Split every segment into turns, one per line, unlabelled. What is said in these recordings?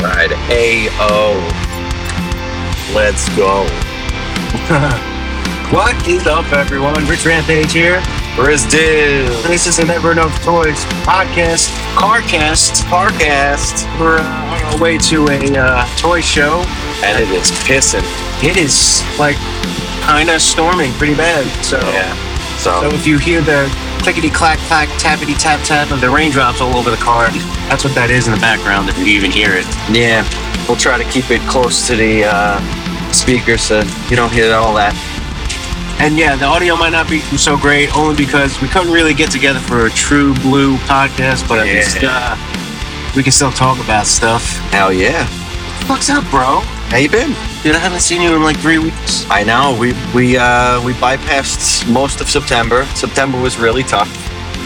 said AO. Let's go.
What is up, everyone? Rich Rampage here.
Rizdil.
This is the Never Enough Toys podcast, carcast.
Parcast.
We're uh, on our way to a uh, toy show.
And it is pissing.
It is like kind of storming pretty bad. So,
Yeah.
so
Oh. So,
if you hear the clickety clack clack, tappity tap tap of the raindrops all over the car, that's what that is in the background. If you even hear it,
yeah, we'll try to keep it close to the uh, speaker so you don't hear all that.
And yeah, the audio might not be so great only because we couldn't really get together for a true blue podcast, but at
Yeah.
least uh, we can still talk about stuff.
Hell yeah.
What's up, bro?
How you been?
Dude, I haven't seen you in like three weeks.
I know we we uh, we bypassed most of September. September was really tough.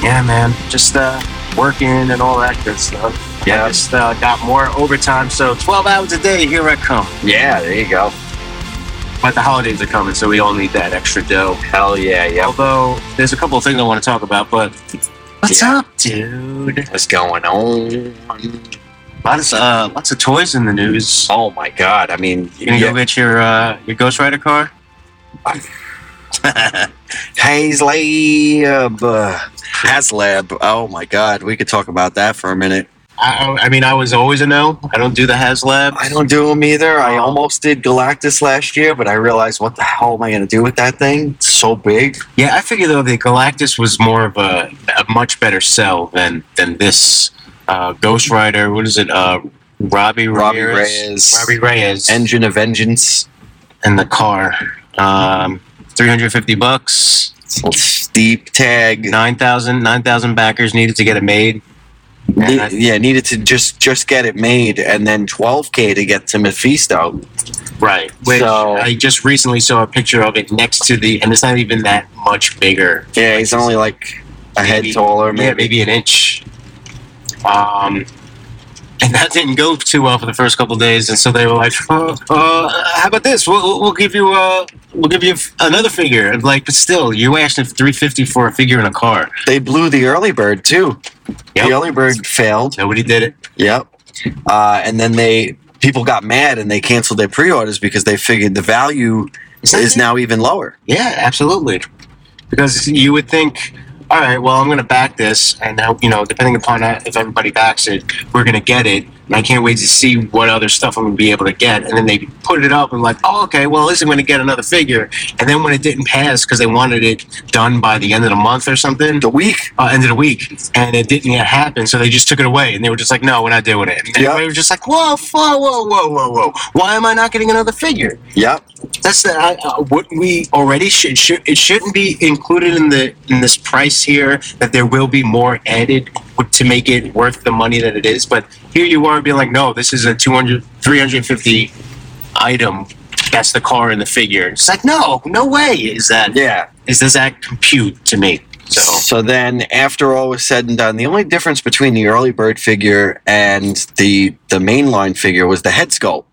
Yeah, man. Just uh, working and all that good stuff.
Yeah.
I just uh, got more overtime, so 12 hours a day, here I come.
Yeah, there you go.
But the holidays are coming, so we all need that extra dough.
Hell yeah, yeah.
Although, there's a couple of things I want to talk about, but what's
Yeah.
up, dude?
What's going on?
Lots, uh, lots of toys in the news.
Oh my god! I mean,
You gonna
yeah.
go get your uh, your Ghost Rider car?
Hazlab, uh, Haslab. Oh my god, we could talk about that for a minute.
I, I mean, I was always a no. I don't do the HasLab.
I don't do them either. I almost did Galactus last year, but I realized what the hell am I going to do with that thing? It's so big.
Yeah, I figure though the Galactus was more of a, a much better sell than than this uh, Ghost Rider. What is it? Uh, Robbie
Robbie
Reyes.
Reyes.
Robbie Reyes. And
Engine of Vengeance.
and the car. Um, three hundred fifty bucks.
Steep tag.
9,000 9,000 backers needed to get it made.
Ne- yeah, needed to just just get it made, and then 12k to get to Mephisto.
Right. Which
So-
I just recently saw a picture of it next to the, and it's not even that much bigger.
Yeah, he's only like a head
Maybe-
taller, maybe.
Yeah, maybe an inch. Um, and that didn't go too well for the first couple days, and so they were like, uh, uh, "How about this? We'll, we'll give you uh, we'll give you another figure." And like, but still, you asked for three fifty for a figure in a car.
They blew the early bird too.
Yep.
The early bird failed.
Nobody did it.
Yep. Uh, and then they people got mad and they canceled their pre-orders because they figured the value is now even lower.
Yeah, absolutely. Because you would think, all right, well, I'm going to back this, and now, you know, depending upon that, if everybody backs it, we're going to get it, and I can't wait to see what other stuff I'm going to be able to get. And then they put it up and like, oh, okay, well, at least I'm going to get another figure. And then when it didn't pass because they wanted it done by the end of the month or something,
The week.
uh, end of the week, and it didn't yet happen, so they just took it away, and they were just like, no, we're not doing it. And
Yeah.
everybody was just like, whoa, whoa, whoa, whoa, whoa, whoa, why am I not getting another figure?
Yep.
That's the, I, uh, what we already should, should. It shouldn't be included in the in this price here. That there will be more added w- to make it worth the money that it is. But here you are being like, no, this is a 200, 350 item. That's the car and the figure. It's like, no, no way is that is
Yeah.
does that compute to me?
So,
So
then after all was said and done, the only difference between the early bird figure and the the mainline figure was the head sculpt.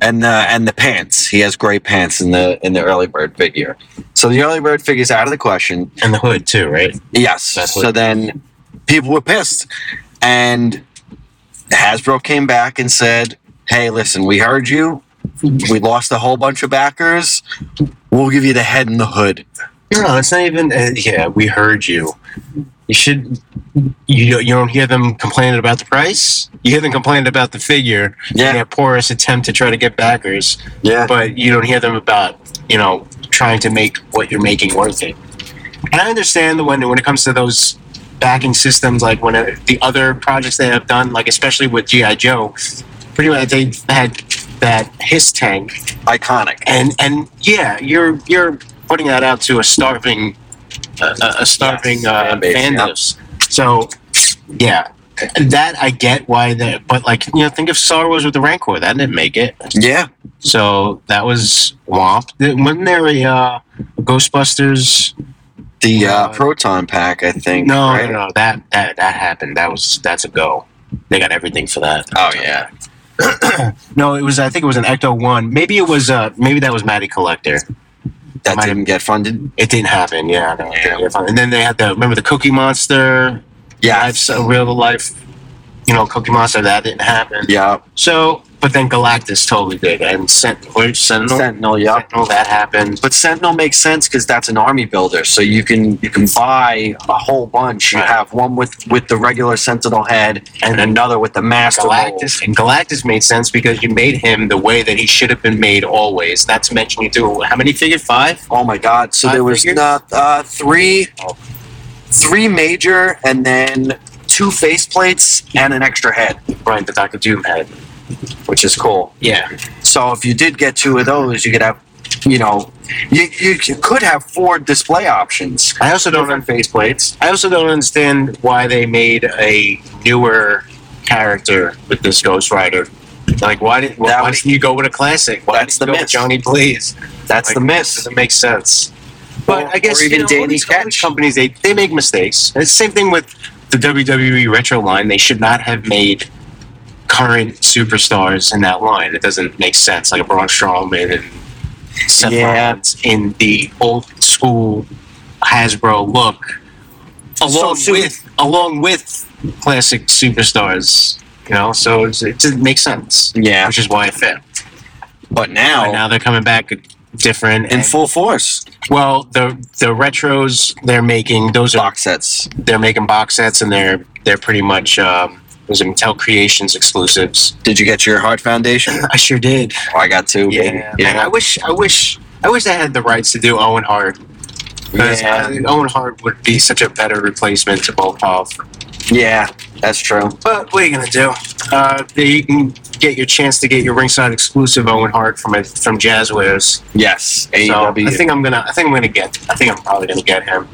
And the and the pants. He has gray pants in the in the early bird figure. So the early bird figure's out of the question.
and the hood too, right?
Yes.
That's
so
what-
then people were pissed. And Hasbro came back and said, hey, listen, we heard you. We lost a whole bunch of backers. We'll give you the head and the hood.
No, it's not even. Uh, yeah, we heard you. You should. You don't- you don't hear them complaining about the price. You hear them complaining about the figure
Yeah.
and their porous attempt to try to get backers,
Yeah.
but you don't hear them about you know trying to make what you're making worth it. And I understand that when when it comes to those backing systems, like when uh, the other projects they have done, like especially with GI Joe, pretty much they had that his tank
Iconic.
and and yeah, you're you're putting that out to a starving a- a, a starving
Yes,
uh,
fan base,
fan
yeah.
base. So yeah, that I get why that, but like you know, think of Star Wars with the Rancor that didn't make it.
Yeah.
So that was womp. Wasn't there a uh, Ghostbusters?
The uh,
Uh,
proton pack, I think.
No,
right?
no, no, that that that happened. That was that's a go. They got everything for that.
Oh, yeah.
No, it was. I think it was an Ecto One. Maybe it was. Uh, maybe that was Matty Collector.
That
Might-
didn't get funded.
It didn't happen. Yeah. no, it didn't
Yeah.
happen. And then they had the remember the Cookie Monster.
Yeah.
Life, so real life you know, Cookie Monster. That didn't happen.
Yeah.
So, but then Galactus totally did, and Sent- wait, Sentinel.
Sentinel, yeah.
Sentinel, that happened.
But Sentinel makes sense because that's an army builder, so you can you can buy a whole bunch. You
Right.
have one with with the regular Sentinel head and another with the Master Mold.
Galactus and Galactus made sense because you made him the way that he should have been made always. Not to mention you do how many figure five?
Oh my God! So
Five
there was
figures?
not uh, three,
Oh.
three major, and then two face plates and an extra head,
Right, the Doctor Doom had.
which is cool.
Yeah,
So if you did get two of those, you could have, you know, you you, c- could have four display options.
I also don't.
Different
un-
face plates.
I also don't understand why they made a newer character with this Ghost Rider. Like, why did why,
That
why
was-
didn't you go with a classic? Why
That's
didn't you
the
go with
miss.
Johnny Blaze?
That's
Like,
the miss.
Doesn't make sense. But
Or-
I guess
or even
you know, all
Danny
these- all these
Ketch.
companies they, they make mistakes. And it's the same thing with the WWE retro line. They should not have made current superstars in that line. It doesn't make sense. Like a Braun Strowman and Seth
Yeah.
Rollins in the old school Hasbro look, along
soon-
with along with classic superstars. You know, so it's, it doesn't make sense.
Yeah,
Which is why it failed.
but
Right
now
now they're coming back different
in
and
full force,
well, the the retros they're making those are
box sets.
they're making box sets and they're they're pretty much um, those are Mattel Creations exclusives.
Did you get your Heart Foundation?
I sure did.
Oh, I got two. baby.
Man, I wish I wish I wish I had the rights to do Owen Hart. Because
Yeah.
Owen Hart would be such a better replacement to Volkov.
yeah, that's true.
But what are you gonna do? Uh, you can get your chance to get your ringside exclusive Owen Hart from a, from Jazzwares.
Yes,
So I
AEW.
think I'm gonna I think I'm gonna get I think I'm probably gonna get him.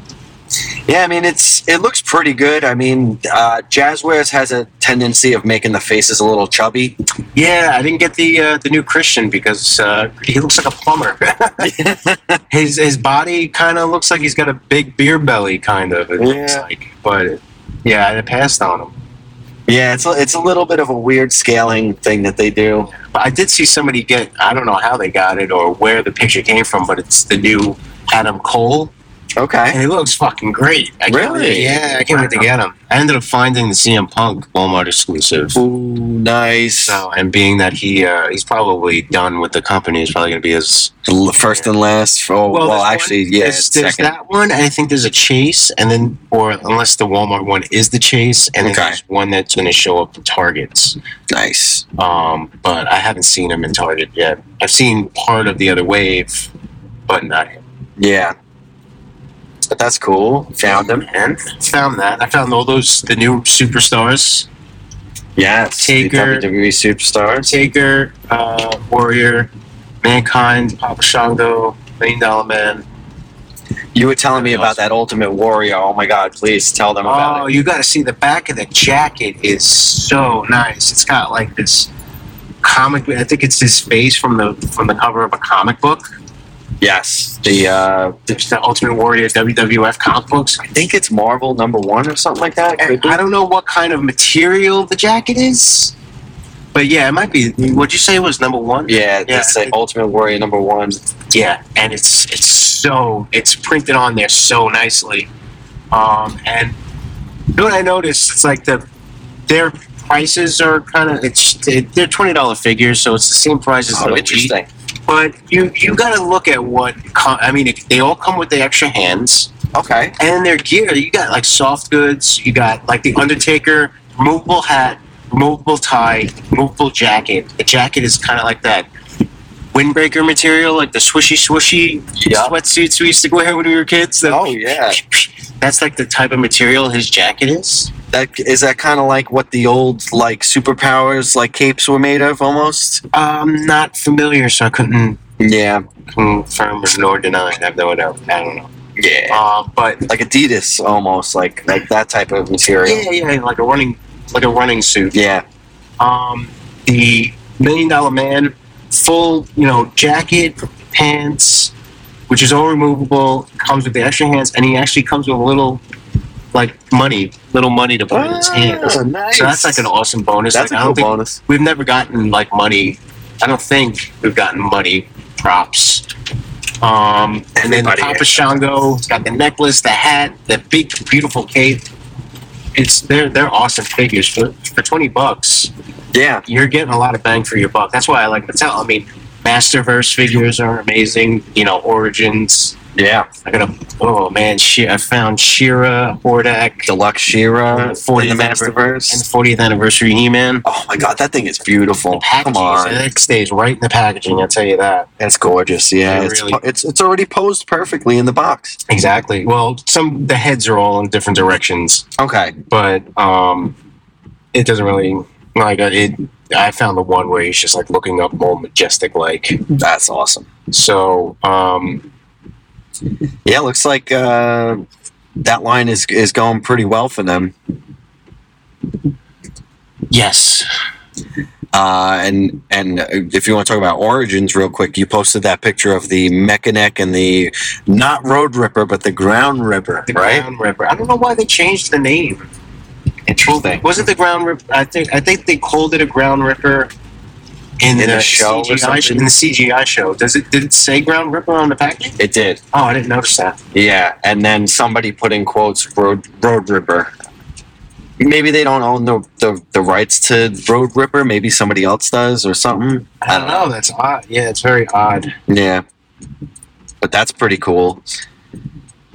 yeah, I mean it's it looks pretty good. I mean, uh, Jazzwares has a tendency of making the faces a little chubby.
Yeah, I didn't get the uh, the new Christian because uh, he looks like a plumber. his his body kind of looks like he's got a big beer belly, kind of. It looks
Yeah.
like, but yeah, I passed on him.
yeah, it's a, it's a little bit of a weird scaling thing that they do.
But I did see somebody get I don't know how they got it or where the picture came from, but it's the new Adam Cole,
Okay.
and he looks fucking great. I can't
Really?
wait- yeah, I can't wait to get him. I ended up finding the CM Punk Walmart exclusive.
Ooh, nice.
So, and being that he uh, he's probably done with the company, he's probably gonna be his
L- First and last. Oh, well,
there's one-
actually, yeah,
There's,
it's
there's
second.
that one, and I think there's a chase, and then, or unless the Walmart one is the chase, and then
Okay.
there's one that's going to show up in Targets.
Nice.
Um, but I haven't seen him in Target yet. I've seen part of the other wave, but not him.
Yeah. But that's cool. Found them.
And found that I found all those the new superstars:
Yeah, it's the
Taker.
WWE superstars.
Taker, uh, Warrior, Mankind, Papa Shango, Million Dollar Man.
You were telling me about that Ultimate Warrior. Oh my God! Please tell them about
Oh,
it.
you got to see the back of the jacket is so nice. It's got like this comic. I think it's his face from the from the cover of a comic book.
Yes, the uh,
There's the Ultimate Warrior WWF comic books.
I think it's Marvel number one or something like that.
And
Could be.
I don't know what kind of material the jacket is, but yeah, it might be. What'd you say was number one?
Yeah,
Yeah,
it's
I
like
think-
Ultimate Warrior number one.
Yeah, and it's it's so it's printed on there so nicely. Um, and you know what I noticed? It's like the their prices are kind of it's they're twenty dollar figures, so it's the same price as the
Oh,
Elite.
interesting.
But you you got to look at what co- I mean. They all come with the extra hands
Okay.
and their gear. You got like soft goods. You got like the Undertaker removable hat, removable tie, removable jacket. The jacket is kind of like that windbreaker material, like the swishy swishy
Yeah.
sweatsuits we used to wear when we were kids. The-
Oh yeah.
That's like the type of material his jacket is.
That is that kind of like what the old like superpowers like capes were made of almost.
I'm Um, not familiar, so I couldn't
Yeah.
confirm nor deny. it. I have no idea. I don't know.
Yeah.
Uh, but
Like Adidas almost like like that type of material.
yeah, yeah, like a running, like a running suit.
Yeah.
um, the Million Dollar Man, full you know jacket, pants, which is all removable. Comes with the extra hands, and he actually comes with a little like money, little money to put in his hands.
Ah, nice.
So that's like an awesome bonus.
That's
like,
a
I
cool
don't think
bonus.
we've never gotten like money. I don't think we've gotten money props. Um, and then
Everybody
Papa
is.
Shango got the necklace, the hat, the big beautiful cape. it's they're they're awesome figures for for twenty bucks.
Yeah.
You're getting a lot of bang for your buck. That's why I like Mattel. I mean, Masterverse figures are amazing. You know, Origins.
Yeah.
I got a oh man, she, I found Shira Hordak
Deluxe Shira
For
for the
the master- and
Masterverse.
the 40th anniversary He-Man.
Oh my god, that thing is beautiful. Come
Packaging,
on.
It stays right in the packaging. I'll tell you that.
That's gorgeous. Yeah.
It
It's,
really-
po- it's it's already posed perfectly in the box.
Exactly. Well, some the heads are all in different directions,
Okay.
but um, it doesn't really like uh, it. I found the one where he's just like looking up more majestic, like
That's awesome.
so. Um,
Yeah, looks like uh, that line is is going pretty well for them.
yes,
Uh, and and if you want to talk about origins real quick, you posted that picture of the Mechanic and the not Road Ripper, but the Ground Ripper,
the
right?
Ground Ripper. I don't know why they changed the name.
Interesting.
Was it the Ground Ripper? I think I think they called it a Ground Ripper in,
In the show or
CGI
something?
in the CGI show. Does it did it say Ground Ripper on the package?
It did.
Oh, I didn't notice that.
Yeah, and then somebody put in quotes Road Road Ripper. Maybe they don't own the, the, the rights to Road Ripper. Maybe somebody else does or something. I don't know.
That's odd. Yeah, it's very odd.
Yeah, but that's pretty cool.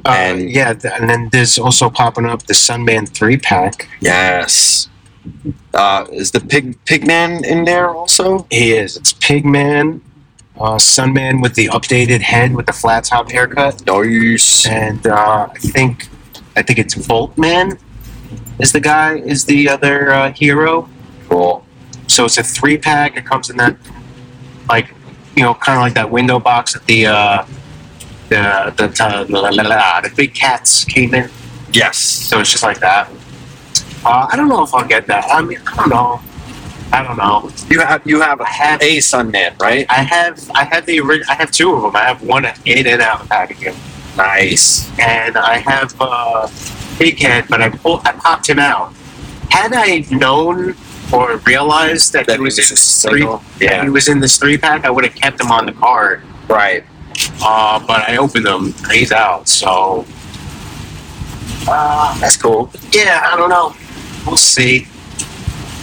Uh,
And-
yeah, th- and then there's also popping up the Sunman three pack.
Yes. Uh, is the pig pigman in there also?
He is. It's Pigman, uh, Sunman with the updated head with the flat top haircut,
Nice.
and uh, I think I think it's Voltman is the guy is the other uh, hero.
Cool.
So it's a three pack. It comes in that like you know kind of like that window box that the uh, the the, the, la, la, la, la, the big cats came in.
Yes.
So it's just like that. Uh, I don't know if I'll get that. I mean, I don't know. I don't know.
You have you have
I have,
a Sunman, right?
I have, I have the ori- I have two of them. I have one in and out packaging,
Nice.
and I have uh, Pighead, but I pulled, I popped him out. Had I known or realized that,
That
he was,
he was
in
a
this three,
single,
that he was in this three pack, I would have kept him on the card.
Right.
Uh, but I opened him. He's out. So. Uh,
That's cool.
yeah, I don't know. We'll see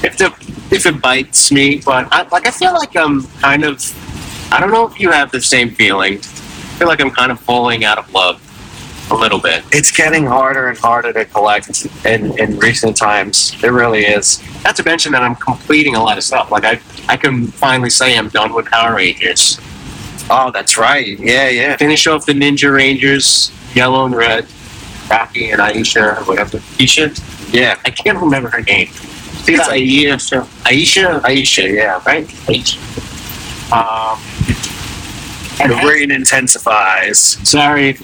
if the if it bites me. But I, like, I feel like I'm kind of. I don't know if you have the same feeling. I feel like I'm kind of falling out of love a little bit.
It's getting harder and harder to collect in, in recent times. It really is.
Not to mention that I'm completing a lot of stuff. Like I, I can finally say I'm done with Power Rangers.
Oh, that's right. Yeah, yeah.
Finish off the Ninja Rangers, Yellow and Red, Rocky and Aisha, whatever. Aisha,
Yeah.
I can't remember her name. See
It's
that Aisha, Aisha, Aisha, yeah, right. Aisha. Um,
The rain intensifies.
sorry.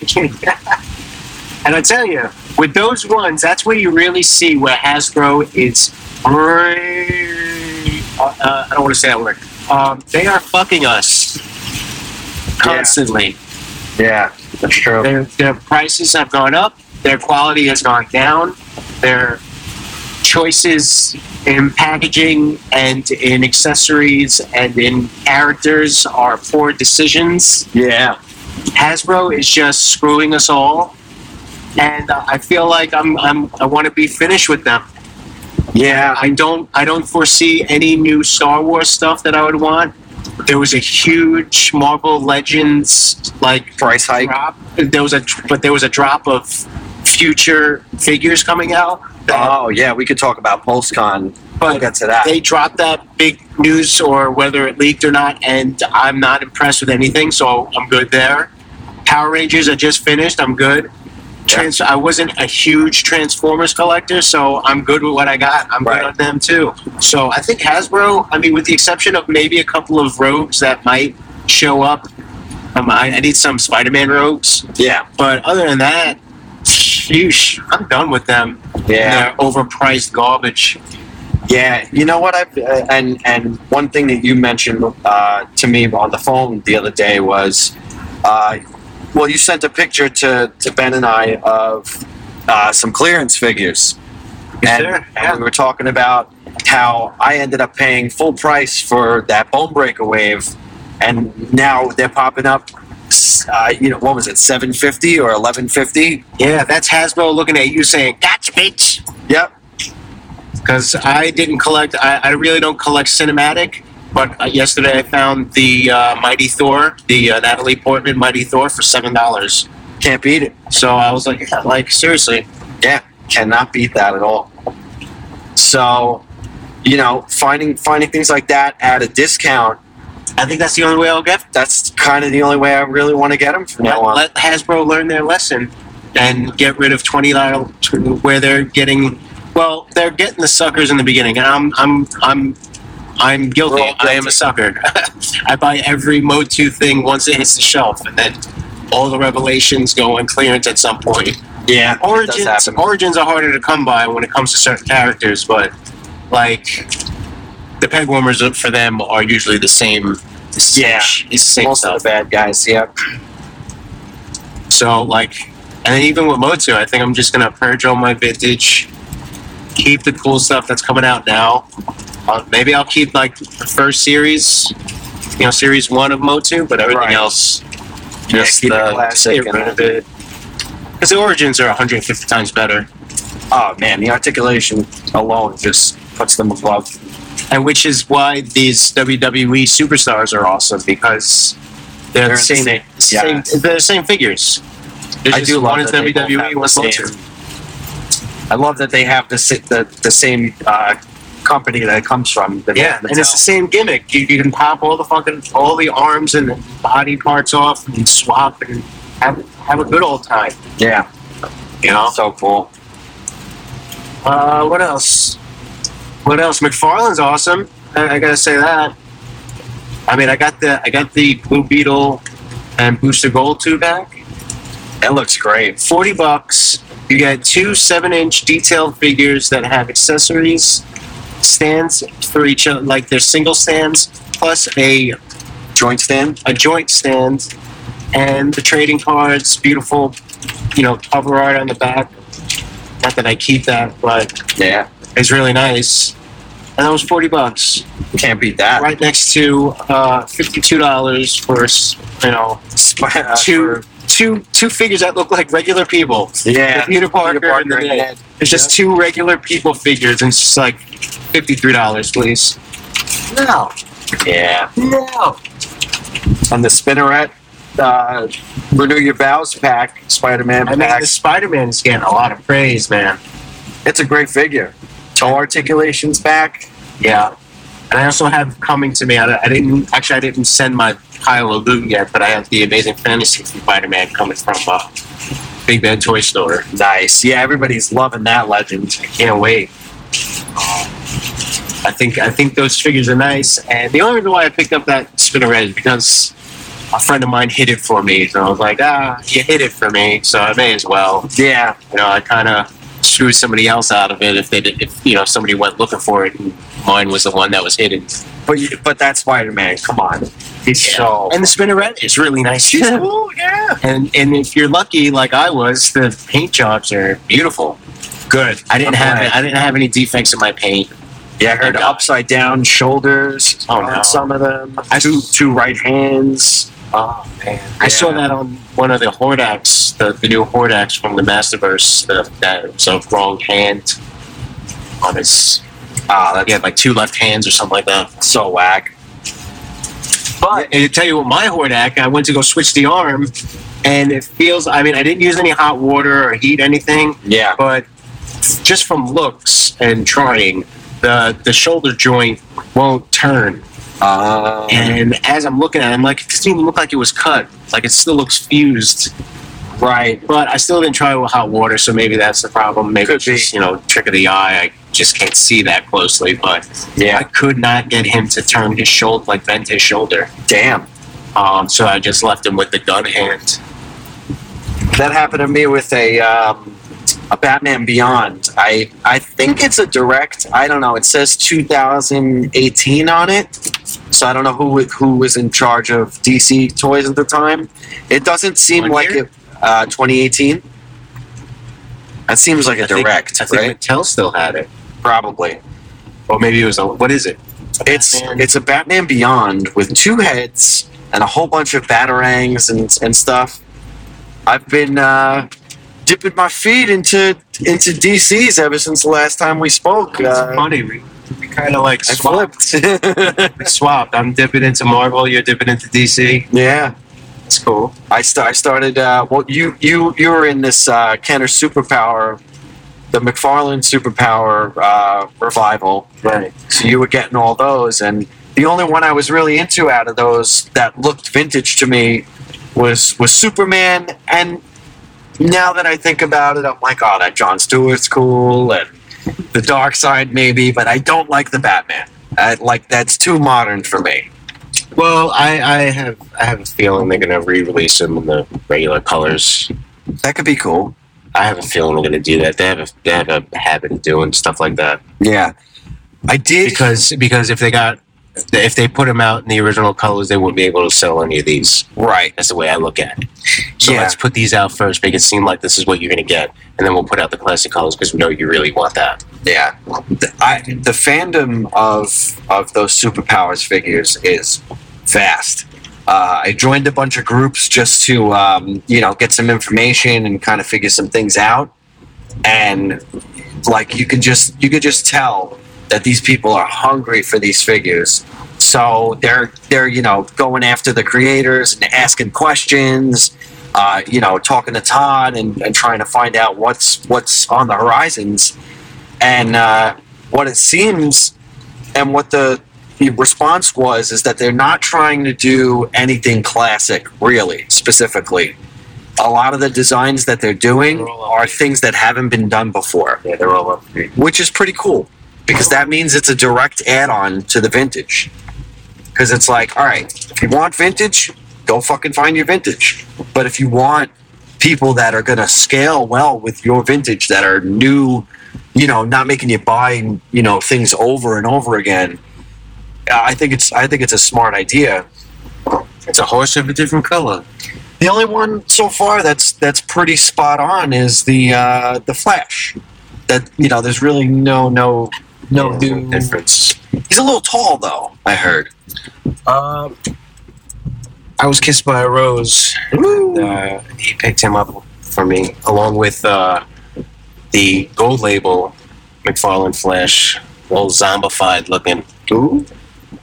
and I tell you, with those ones, that's where you really see where Hasbro is. really- Uh, uh, I don't want to say that word. Um, they are fucking us constantly.
Yeah, that's true.
Their, their prices have gone up. Their quality has gone down. Their choices in packaging and in accessories and in characters are poor decisions.
Yeah.
Hasbro is just screwing us all, and uh, I feel like I'm, I'm I want to be finished with them.
Yeah.
I don't I don't foresee any new Star Wars stuff that I would want. There was a huge Marvel Legends like
Price hike.
drop. There was a but there was a drop of future figures coming out. that-
Oh, yeah. We could talk about PulseCon. We'll
but
get to that.
they dropped that big news or whether it leaked or not, and I'm not impressed with anything, so I'm good there. Power Rangers I just finished. I'm good. Trans- I wasn't a huge Transformers collector, so I'm good with what I got. I'm
Right.
good on them too. So I think Hasbro. I mean, with the exception of maybe a couple of rogues that might show up. Um, I, I need some Spider-Man rogues,
Yeah.
but other than that, sheesh, I'm done with them.
Yeah.
and their overpriced garbage.
Yeah, you know what? I've uh, and and one thing that you mentioned uh, to me on the phone the other day was, uh, well, you sent a picture to to Ben and I of uh, some clearance figures, and,
there?
and we were talking about how I ended up paying full price for that Bone Breaker wave, and now they're popping up. s- Uh, you know, what was it, seven fifty or eleven fifty?
Yeah, that's Hasbro looking at you saying, "Gotcha, bitch."
Yep.
because I didn't collect. I, I really don't collect cinematic. But uh, yesterday I found the uh, Mighty Thor, the uh, Natalie Portman Mighty Thor for seven dollars.
Can't beat it.
So I was like, yeah, like seriously,
Yeah, cannot beat that at all. So, you know, finding finding things like that at a discount,
I think that's the only way I'll get.
that's kind of the only way I really want to get them from now uh,
Let,
on.
let Hasbro learn their lesson and get rid of twenty dollars where they're getting. Well, they're getting the suckers in the beginning, and I'm I'm I'm I'm guilty.
We're all
I am
guilty.
a sucker. I buy every Motu thing once it hits the shelf, and then all the revelations go on clearance at some point.
yeah, it does
origins
happen.
origins are harder to come by when it comes to certain characters, but like the peg warmers up for them are usually the same. The same
Yeah.
sh- it's the same
Most of
stuff.
the bad guys. Yeah,
So like, and then even with Motu, I think I'm just gonna purge all my vintage, keep the cool stuff that's coming out now. Uh, maybe I'll keep like the first series, you know, series one of Motu, but everything
Right.
else,
Yeah,
just
keep it
uh, just
classic and-
get rid of it. Because the origins are 150 times better.
Oh man, the articulation alone just puts them above.
and which is why these WWE superstars are awesome because they're,
They're
the same,
the
same- they're the same figures. There's
I
just
do love
one is E
that they both
WWE,
have the
one's
same-
Vulture.
I love that they have the si- the, the same uh, company that it comes from. the-
Yeah,
the
and it's the same gimmick. You, you can pop all the fucking all the arms and body parts off and swap and have have a good old time.
town. yeah,
You know.
so cool.
Uh, what else? What else? McFarlane's awesome. I, I gotta say that. I mean, I got the I got the Blue Beetle and Booster Gold two back.
It looks great.
40 bucks. You get two 7 inch detailed figures that have accessories, stands for each other, like they're single stands, plus a,
Joint stand.
a joint stand, and the trading cards, beautiful, you know, cover art on the back. Not that I keep that, but
Yeah,
it's really nice. And that was 40 bucks.
can't beat that.
Right next to uh, $52 for, s- you know,
Sp- uh,
two, two, two figures that look like regular people.
for- yeah,
The Peter Parker,
Peter Parker
and the
and
Ned.
Ned.
It's just two regular people figures, and it's just like fifty-three dollars, please. No,
Yeah,
no.
and the spinneret. Uh, renew your vows pack, Spider Man
I mean,
pack.
the Spider-Man is getting a lot of praise, man.
it's a great figure. Toe articulations back.
Yeah, and I also have coming to me. I, I didn't actually. I didn't send my pile of loot yet, but I have the Amazing Fantasy from Spider-Man coming from uh, Big Bad Toy Store.
Nice. Yeah, everybody's loving that legend.
Can't wait. Uh, I think I think those figures are nice, and the only reason why I picked up that spinneret is because a friend of mine hid it for me. So I was like, ah, you hid it for me, so I may as well.
Yeah,
You know, I kind of screwed somebody else out of it if they did, if you know somebody went looking for it, and mine was the one that was hidden.
but you, but that's Spider Man. Come on, he's
Yeah.
so
And the spinneret is really nice.
She's
too.
cool, yeah.
And and if you're lucky, like I was, the paint jobs are beautiful.
Good.
I didn't
I'm
have
glad.
I didn't have any defects in my paint.
Yeah, I heard
And, uh,
upside down shoulders
Oh,
on
no.
some of them. two two right hands. Oh man,
I saw that on one of the Hordax, the, the new Hordax from the Masterverse. The, that was a wrong hand on his.
Ah, that's
He had like two left hands or something like that.
so whack.
But and to tell you what, my Hordak, I went to go switch the arm, and it feels. I mean, I didn't use any hot water or heat anything,
Yeah,
but just from looks and trying, the the shoulder joint won't turn.
um,
And as I'm looking at it, I'm like, it doesn't even look like it was cut. Like it still looks fused.
right.
But I still didn't try it with hot water, so maybe that's the problem. Maybe
Could
it's just, you know, trick of the eye. I just can't see that closely. But I
Yeah,
could not get him to turn his shoulder, like bend his shoulder.
damn.
Um, so I just left him with the gun hand.
That happened to me with a um, a Batman Beyond. I I think it's a direct. I don't know. It says 2018 on it, so I don't know who who was in charge of DC toys at the time. It doesn't seem
What
like
year?
it. Uh, 2018. That seems like a
I think-
direct,
I think
right?
Mattel still had it,
Probably.
or maybe it was a what is it?
It's
Batman.
it's a Batman Beyond with two heads and a whole bunch of batarangs and and stuff. I've been uh, dipping my feet into into DCs ever since the last time we spoke.
It's
Uh,
funny. We, we kind of like
I
swapped.
flipped.
We swapped. I'm dipping into Marvel. You're dipping into DC.
yeah.
It's cool.
I, st- I started. Uh, well, you you you were in this uh, Kenner superpower, the McFarlane superpower uh, revival.
Right.
So you were getting all those, and the only one I was really into out of those that looked vintage to me was was Superman. And now that I think about it, I'm like, oh, that John Stewart's cool, and the Dark Side maybe, but I don't like the Batman. I, like that's too modern for me.
Well, I, I have I have a feeling they're gonna re-release them in the regular colors.
That could be cool.
I have a feeling they're gonna do that. They have a they have a habit of doing stuff like that
Yeah, I did.
because because if they got if they put them out in the original colors, they wouldn't be able to sell any of these.
right.
That's the way I look at it. So
Yeah.
let's put these out first, make it seem like this is what you're gonna get, and then we'll put out the classic colors because we know you really want that.
Yeah, the, I, the fandom of of those superpowers figures is vast. Uh, I joined a bunch of groups just to um, you know get some information and kind of figure some things out, and like you could just you could just tell that these people are hungry for these figures. So they're they're you know going after the creators and asking questions, uh, you know talking to Todd and, and trying to find out what's what's on the horizons and uh, what it seems and what the, the response was is that they're not trying to do anything classic really specifically a lot of the designs that they're doing are things that haven't been done before
Yeah, they're all up.
which is pretty cool because that means it's a direct add-on to the vintage because it's like all right if you want vintage go fucking find your vintage but if you want people that are going to scale well with your vintage that are new you know not making you buy you know things over and over again i think it's i think it's a smart idea
It's a horse of a different color.
the only one so far that's that's pretty spot on is the uh, the Flash. That you know, there's really no no no
Yeah,
new
difference.
He's a little tall though. I heard.
Um, I was kissed by a rose. Uh, he picked him up for me, along with uh, the gold label McFarlane Flash, little zombified looking.
Ooh,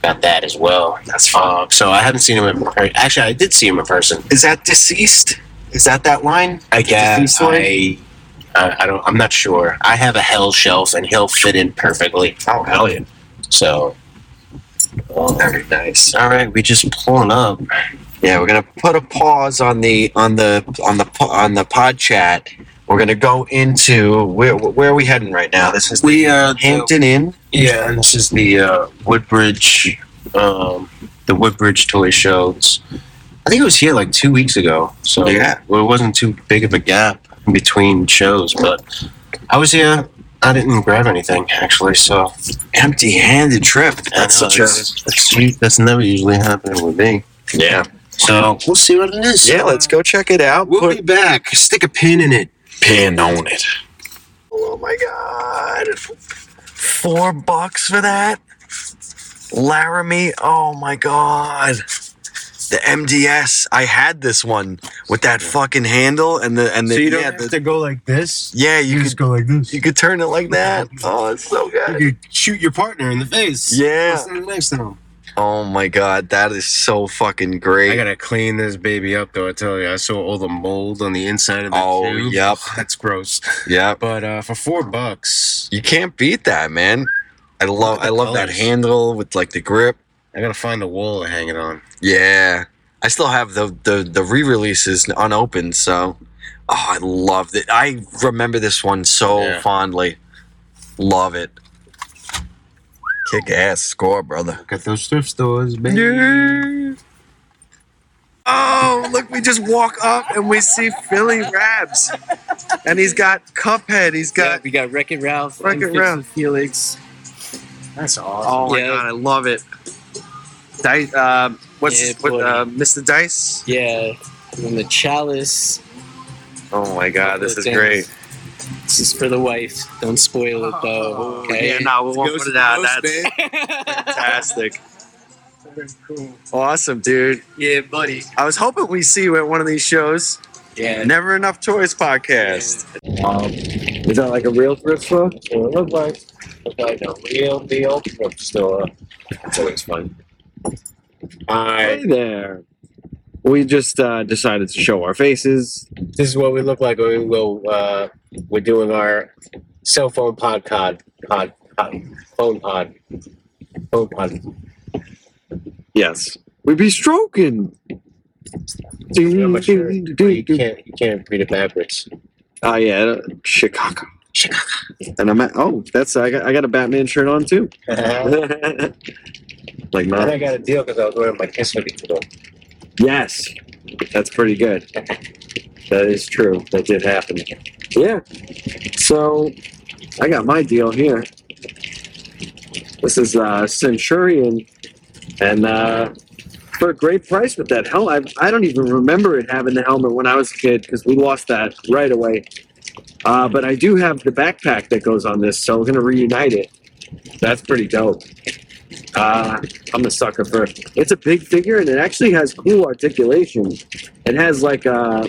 Got that as well.
that's fun.
Uh, so I haven't seen him in person. Actually, I did see him in person.
Is that deceased? Is that that line?
I
Deceased
guess
one?
I, I, I don't. I'm not sure. I have a hell shelf, and he'll fit in perfectly.
Oh hell yeah!
So. um,
Very nice.
all right, we just pulling up.
Yeah, we're gonna put a pause on the on the on the po- on the pod chat. We're gonna go into where where are we heading right now? This is
We uh,
Hampton Inn.
Yeah, and this is the uh, Woodbridge, um, the Woodbridge Toy Show. It's, I think it was here like two weeks ago, so
Yeah.
well, it wasn't too big of a gap in between shows. But I was here. I didn't grab anything actually, so
Empty-handed trip. That's
I know,
such a
it's- that's, u- that's never usually happening with me.
yeah.
So we'll see what it is.
Yeah, let's go check it out.
We'll be back. Stick a pin in it.
pin on it. Oh my god. Four bucks for that? Laramie, oh my god. The MDS. I had this one with that fucking handle and the and the yeah, the-
to go like this.
yeah, you could
go like this.
you could turn it like that. Oh, it's so good.
could shoot your partner in the face.
Yeah.
next time.
Oh my god, that is so fucking great.
I gotta clean this baby up though. I tell you, I saw all the mold on the inside of the
Oh,
tube.
yep.
that's gross.
yeah.
But uh, for four bucks,
You can't beat that, man. I love
at
I
the
love that
colors.
handle with like the grip.
I gotta find a wall to hang it on.
Yeah, I still have the the the re-releases unopened. So, oh, I loved it. I remember this one so
Yeah.
fondly. Love it. Kick ass score, brother.
Look at those thrift stores, baby.
Oh, look, we just walk up and we see Philly Rabs. And he's got Cuphead. He's
Yeah,
got.
we got Wreck It Ralph,
Wreck-It
Unfixed
Ralph.
Felix. That's awesome.
Oh, my
yeah,
God, I love it. Dice, uh, what's
Yeah,
what, uh, Mr. Dice?
Yeah, and then the chalice.
Oh, my God, this is
Things.
great.
This is for the wife. Don't spoil it
Oh,
though. Okay.
Yeah, no, we won't
Ghost
put it out.
Ghost,
That's
babe.
fantastic.
cool.
Awesome, dude.
Yeah, buddy.
I was hoping we see you at one of these shows.
Yeah.
Never Enough Toys podcast. Um, is that like a real thrift store?
That's what it looked like. Looked like a real deal thrift store. It's always fun.
Hey there. We just uh, decided to show our faces.
This is what we look like when we go. Uh, we're doing our cell phone pod pod pod, pod phone pod phone pod.
Yes. We be stroking.
I'm not sure. You can't you can't read it backwards.
Oh yeah, uh, Chicago. Chicago. And I'm at, oh, that's I got I got a Batman shirt on too.
and
like not
I got a deal because I was wearing my Kiss hoodie today.
Yes. That's pretty good. That is true.
That did happen.
Yeah. So I got my deal here. This is uh Centurion and uh for a great price with that helmet. I, I don't even remember it having the helmet when I was a kid because we lost that right away. Uh, but I do have the backpack that goes on this, so we're gonna reunite it. That's pretty dope. Uh, I'm a sucker for. It's a big figure and it actually has cool articulation. It has like a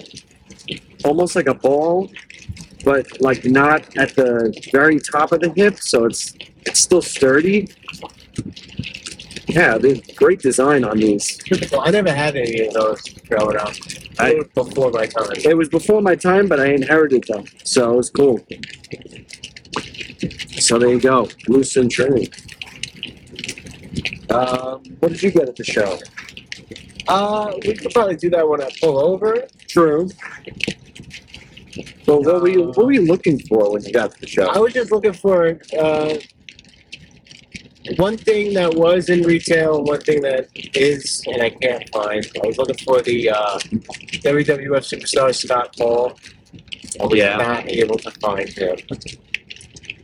almost like a ball, but like not at the very top of the hip, so it's it's still sturdy. Yeah, there's great design on these.
Well, I never had any of those growing up.
I-
I before my time.
It was before my time, but I inherited them, so it was cool. So there you go, loose and trimmy. Um, what did you get at the show?
Uh, we could probably do that when I pull over.
True. Um, Well, what were you what were you looking for when you got to the show?
I was just looking for uh, one thing that was in retail, one thing that is, and I can't find. I was looking for the uh, WWF superstar Scott Hall. I was
Yeah.
not able to find him.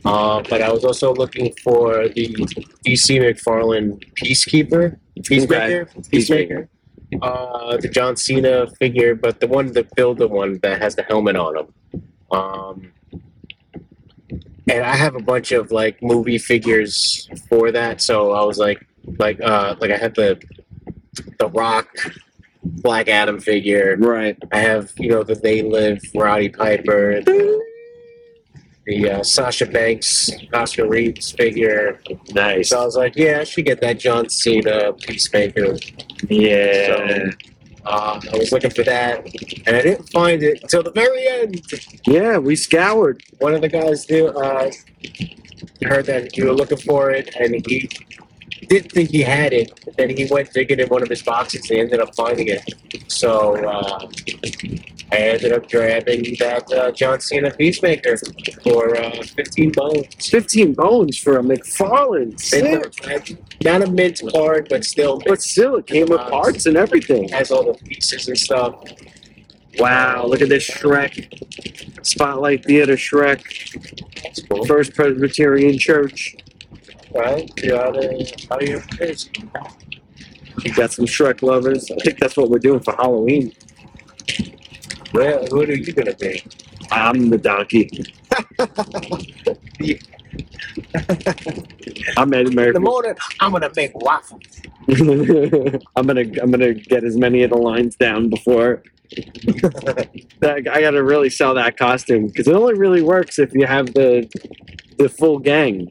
Uh, but I was also looking for the DC McFarlane Peacekeeper, Peacemaker, Peacemaker. Uh, the John Cena figure, but the one, the builder one that has the helmet on him. Um, and I have a bunch of like movie figures for that. So I was like, like, uh, like I had the the Rock, Black Adam figure.
Right.
I have you know the They Live, Roddy Piper, the, the uh, Sasha Banks, Oscar Reeves figure.
Nice.
So I was like, yeah, I should get that John Cena Peacemaker.
Yeah.
Uh, I was looking for that, and I didn't find it until the very end.
yeah, we scoured.
one of the guys do uh, heard that you were looking for it, and he did think he had it. But then he went digging in one of his boxes and ended up finding it. So uh, I ended up grabbing that uh, John Cena Peacemaker for uh, fifteen bucks.
It's 15 bones for a McFarlane. Sick.
Not a mint card, but still mint.
But still, it came with parts and everything.
has all the pieces and stuff.
Wow, look at this Shrek. Spotlight Theater Shrek.
That's cool,
First Presbyterian Church.
right? You're out of, out of your place.
You got some Shrek lovers. I think that's what we're doing for Halloween.
Where, who are you gonna be?
I'm the donkey. I'm Eddie
In the
Murphy.
morning, I'm gonna make waffles.
I'm gonna I'm gonna get as many of the lines down before. that, I gotta really sell that costume because it only really works if you have the the full gang.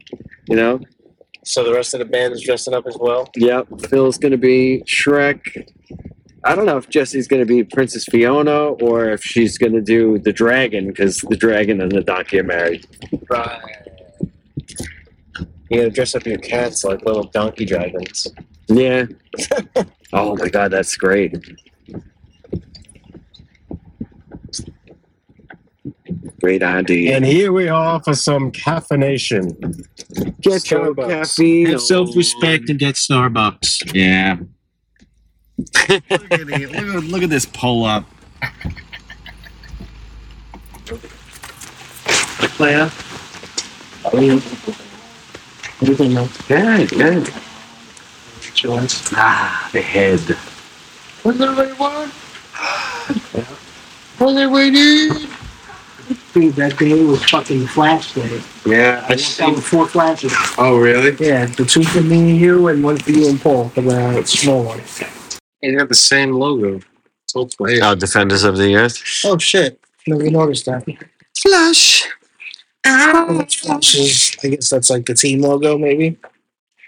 You know.
So the rest of the band is dressing up as well.
Yep. Phil's gonna be Shrek. I don't know if Jesse's gonna be Princess Fiona or if she's gonna do the dragon because the dragon and the donkey are married.
Right. You gotta dress up your cats like little donkey dragons.
Yeah. oh my god, that's great. Great idea.
And here we are for some caffeination.
Get your
Starbucks.
caffeine. on.
Have self respect and get Starbucks.
Yeah.
look, at it. Look, at- look at this pull up.
Player. Good, good. Ah, the head.
What do they want? What do they need?
Dude, that day was fucking flash day.
Yeah.
I just got four flashes.
Oh, really?
Yeah, the two for me and you, and one for you and Paul, for the small one.
You got the same logo.
hopefully.
Oh, Defenders of the Earth.
Oh shit! Never noticed that.
Flush.
Flash is, I guess that's like the team logo, maybe.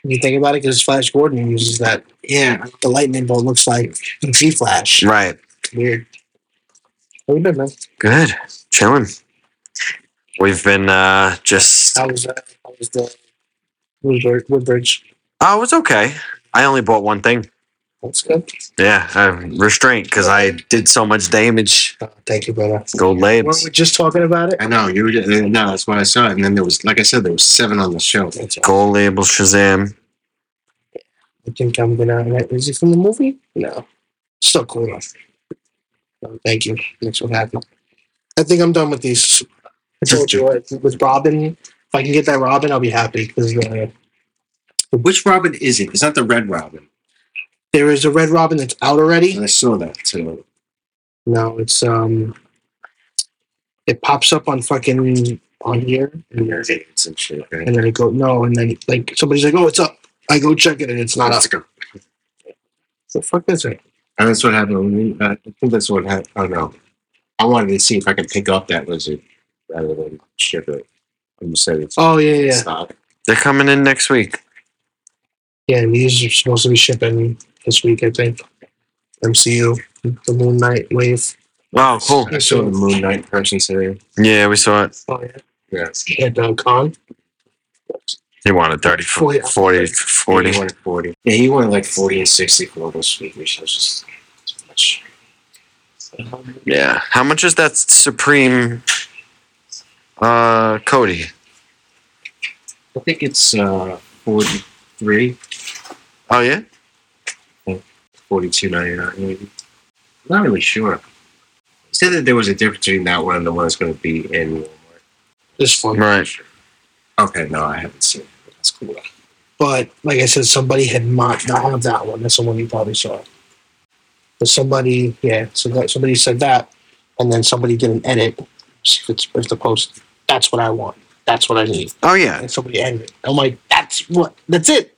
When you think about it, because Flash Gordon uses that. Yeah, the lightning bolt looks like G Flash.
Right.
Weird. How you been, man?
Good. Chilling. We've been uh just
How was that? How was the Woodbridge? Woodbridge?
Oh, it's okay. I only bought one thing.
That's good.
Yeah, um, restraint because I did so much damage.
Oh, thank you, brother.
Gold
Weren't
labs.
we just talking about it?
I know you were. Just, uh, no, that's what I saw. And then there was, like I said, there was seven on the show.
That's all.
Gold label Shazam.
I think I'm gonna. Is it from the movie? No, still cool enough. Oh, thank you. Makes me happy. I think I'm done with these. I told you what, with Robin. If I can get that Robin, I'll be happy because uh,
Which Robin is it? It's not the Red Robin.
there is a Red Robin that's out already.
I saw that too.
No, it's um, it pops up on fucking on here, and then-
It's and shit. right?
and then I go no, and then like somebody's like, oh, it's up. I go check it, and it's not up.
Let's go.
The fuck is it?
And that's what happened. When we, uh, I think that's what happened. Oh no, I wanted to see if I could pick up that lizard rather than ship it. And you said it's
Oh yeah, yeah.
it's not.
They're coming in next week.
Yeah, and these are supposed to be shipping this week, I think. MCU, the Moon Knight wave.
Wow, cool.
Oh, I saw the Moon Knight person today.
Yeah, we saw it.
Oh yeah.
Yeah,
At uh, con.
He wanted 30,
Forty.
40, 40.
He wanted forty. Yeah, he wanted like forty and sixty for those figures. I was just too much.
Yeah. How much is that Supreme uh Cody?
I think it's uh, 43,
Oh yeah?
42.99 maybe. I'm not really sure. He said that there was a difference between that one and the one that's going to be in Walmart.
This one.
Right.
Okay, no, I haven't seen it. but That's cool.
But like I said, somebody had mocked not have that one. That's the one you probably saw. But somebody, yeah, so that somebody said that, and then somebody did an edit. See if it's if the post. That's what I want. That's what I need.
Oh yeah.
And somebody edited. it. I'm like, that's what. That's it.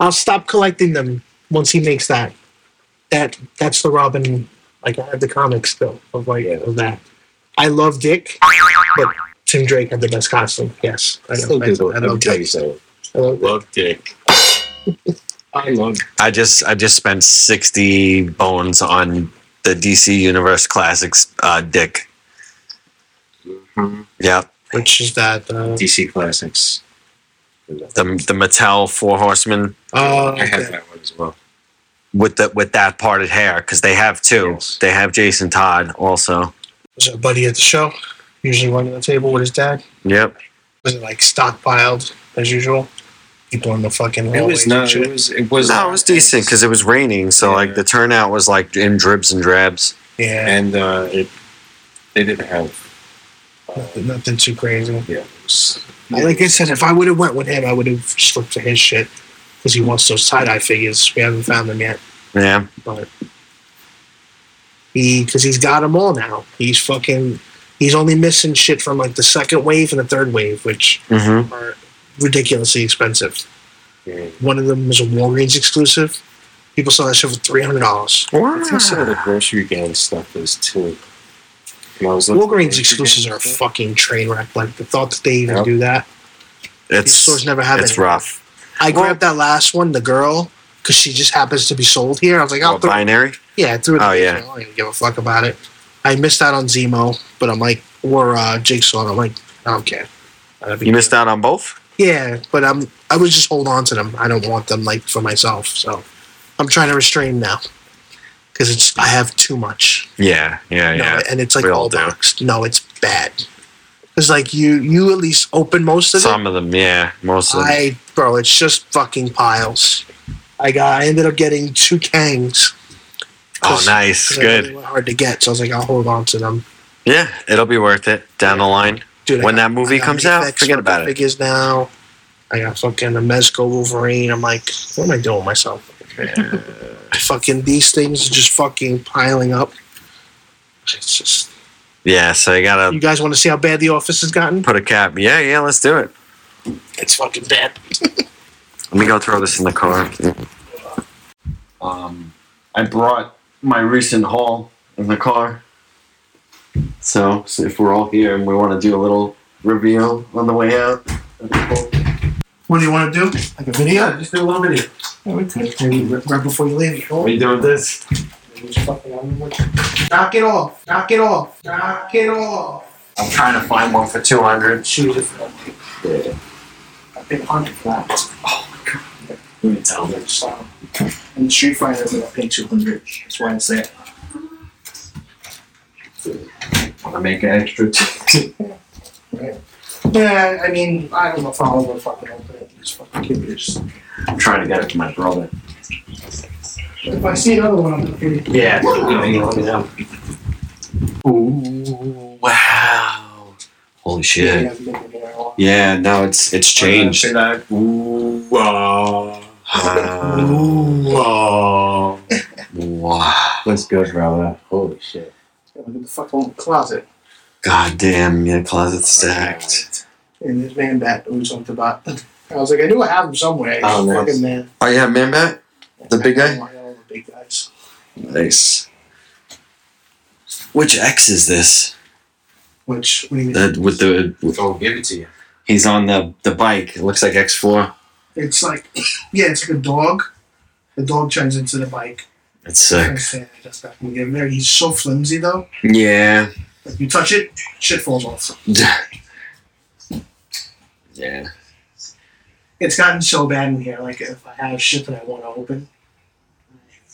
I'll stop collecting them once he makes that. That that's the Robin. Like I have the comics still of like of that. I love Dick, but Tim Drake had the best costume. Yes, I, know. I, I love Dick.
so.
I love
Love Dick. I love
I just I just spent sixty bones on the DC Universe Classics uh, Dick.
Mhm.
Yep,
Which is that? Uh,
DC Classics.
the the Mattel Four Horsemen
oh,
I have
okay.
that one as well.
with the with that parted hair because they have two.
Yes.
They have Jason Todd also.
was a buddy at the show, usually running the table with his dad.
Yep.
Was it like stockpiled as usual? People in the fucking.
It
hallways
was
and
not.
shit.
It was. It was.
No, it was decent because it was raining, so like the turnout was like in dribs and drabs.
Yeah,
And uh, it, they didn't have. Uh,
nothing, nothing too crazy.
yeah, it was,
Like I said, if I would have went with him, I would have slipped to his shit because he wants those tie dye figures. We haven't found them yet.
Yeah.
He because he's got them all now. He's fucking. He's only missing shit from like the second wave and the third wave, which
Mm-hmm.
are ridiculously expensive.
yeah.
One of them is a Walgreens exclusive. People sell that shit for three hundred dollars.
I think some of the grocery gang stuff is too. And I was looking-
Walgreens exclusives are a fucking train wreck. Like the thought that they even
Yep.
do that. These
It's
stores never have
it's
it.
rough.
I grabbed that last one, the girl, because she just happens to be sold here. I was like, I'll
Well,
throw
binary.
Yeah, I threw it.
Oh,
in the
yeah.
bin. I don't even give a fuck about it. I missed out on Zemo, but I'm like, or uh, Jigsaw. and I'm like, I don't care. That'd be
You
good.
missed out on both.
Yeah, but I'm. I was just hold on to them. I don't want them like for myself. So I'm trying to restrain now because it's. I have too much.
Yeah. Yeah.
No,
Yeah.
and it's like
we all
all
do.
boxed. No, it's bad. It's like you. You at least open most of it.
Some of them. Yeah. Most of them.
I bro, it's just fucking piles. I got. I ended up getting two Kangs.
oh,
'cause-
nice.
'cause
Good.
They were hard to get, so I was like, I'll hold on to them.
Yeah, it'll be worth it down the line.
Dude, I
When
got-
that movie
I got
comes out,
Mafex
forget about it.
Figures now. I got fucking the Mezco Wolverine. I'm like, what am I doing with myself? fucking these things are just fucking piling up. It's just.
Yeah, so you
You
gotta
guys want to see how bad the office has gotten?
put a cap. Yeah, yeah, let's do it.
It's fucking bad.
Let me go throw this in the car. Um, I brought my recent haul. in the car. So, so if we're all here and we want to do a little reveal on the way out, that'd be cool.
What do you want to do? Like a video?
just do a little video.
Yeah, we could. Maybe right right before you leave.
What
Sure.
are you doing with this?
Knock it off. Knock it off. Knock it off.
I'm trying to find one for 200.
Shoot it. Yeah. I've been hunting for that.
Oh, Let me tell them.
So, and Street Fighter is going to pay 200. That's why I say it.
Want to make an extra?
Yeah, I mean, I don't know if I'll ever fucking open it. This fucking kid is.
I'm trying to get it to my brother.
If I see another one, I'm going to
Yeah. Ooh, wow. Holy shit. Yeah, no, it's it's changed.
Ooh, wow.
Wow.
Ooh, wow.
wow.
That's good, brother. Holy shit.
Look at the fucking closet.
God damn, yeah, closet stacked.
And this man bat who talked about. I was like, I knew I have him somewhere. He's
Oh, nice.
fucking there.
Oh, you have man bat? The big guy?
I know the big guys.
Nice. Which X is this?
Which, what do you mean?
That with the
I'll give it to you.
he's on the the bike. It looks like X four.
It's like, yeah, it's like a dog. The dog turns into the bike.
That's sick.
That's it. That's back in the there. He's so flimsy though.
Yeah.
Like you touch it, shit falls off.
yeah.
It's gotten so bad in here. Like if I have shit that I want to open,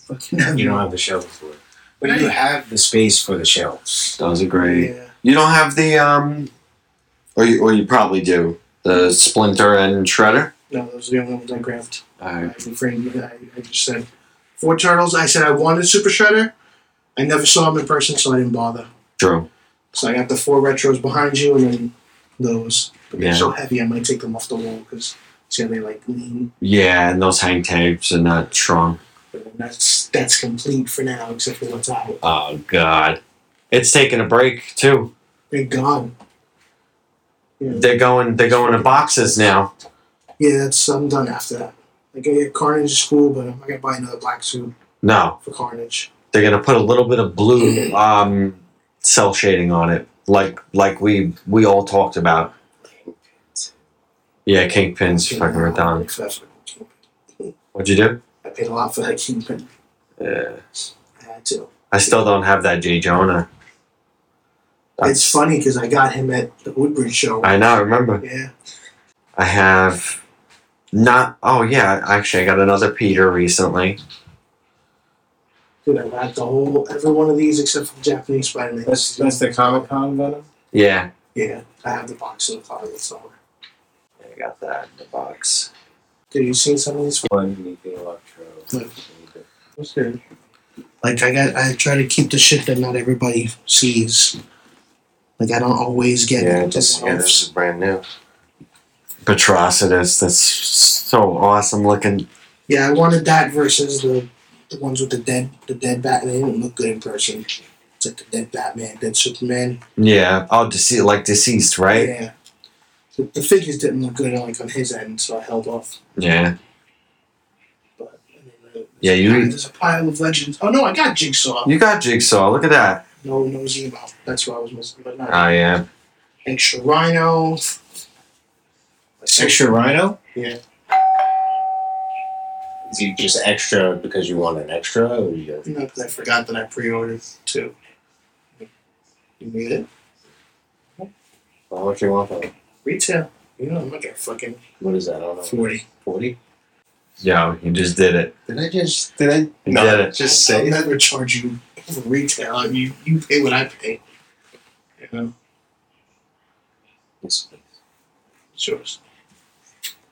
fucking have
You don't
no-
have the shelves for it. But you have the space for the shelves.
Those are great.
Yeah.
You don't have the um or you or you probably do. The Splinter and Shredder?
No, those are the only ones I grabbed. I
Alright.
reframed it. I, I just said four turtles. I said I wanted Super Shredder. I never saw him in person, so I didn't bother.
True.
So I got the four retros behind you, and then those. But they're
Yeah.
so heavy, I might take them off the wall because see how they like lean.
Yeah, and those hang tapes are not strong.
But that's that's complete for now, except for what's out.
Oh god. It's taking a break too.
They're gone. Yeah,
They're going they're going to boxes now.
yeah that's, I'm done after that. Like, I get Carnage is cool, but I'm not gonna buy another black suit
No.
for Carnage. Mm-hmm.
they're gonna put a little bit of blue um, cell shading on it, like like we we all talked about. Yeah, kingpins fucking right down. What'd you do?
I paid a lot for that Kingpin.
Yeah.
I had to.
I still don't have that J Jonah. That's-
It's funny because I got him at the Woodbridge show.
I know. I Remember,
yeah,
I have not. Oh yeah, actually, I got another Peter recently.
dude, I got the whole every one of these except for the Japanese Spider-Man.
That's, that's the Comic Con Venom?
Yeah,
yeah. I have the box in the closet somewhere.
I got that in the box.
Dude, you seen some of these?
Anything electro.
What's good? Like I got, I try to keep the shit that not everybody sees. Like I don't always get
Yeah,
the
just yeah,
one-offs.
this is brand new. Petrocitus, that's so awesome looking.
Yeah, I wanted that versus the, the ones with the dead the dead Batman. They didn't look good in person. It's like the dead Batman, dead Superman.
Yeah. Oh, dece- like deceased, right?
Yeah. The, the figures didn't look good like on his end, so I held off.
Yeah.
But I mean, uh,
Yeah, you
there's a pile of legends. Oh no, I got Jigsaw.
you got Jigsaw. Look at that.
No, no Zemo. That's what I was missing. But not
Oh yeah.
extra Rhino.
Extra Rhino?
Yeah.
Is he just extra because you want an extra? Or you
No, 'cause I forgot that I pre-ordered too. You need it?
how much you want for it?
Retail. You know, I'm not gonna fucking
What is that? I don't know.
forty.
40?
Yo, you just did it.
Did I just. Did I?
You
No,
did it.
just
I'll
say it.
never charge you for retail. I mean, you pay what I pay. You know, it's yours.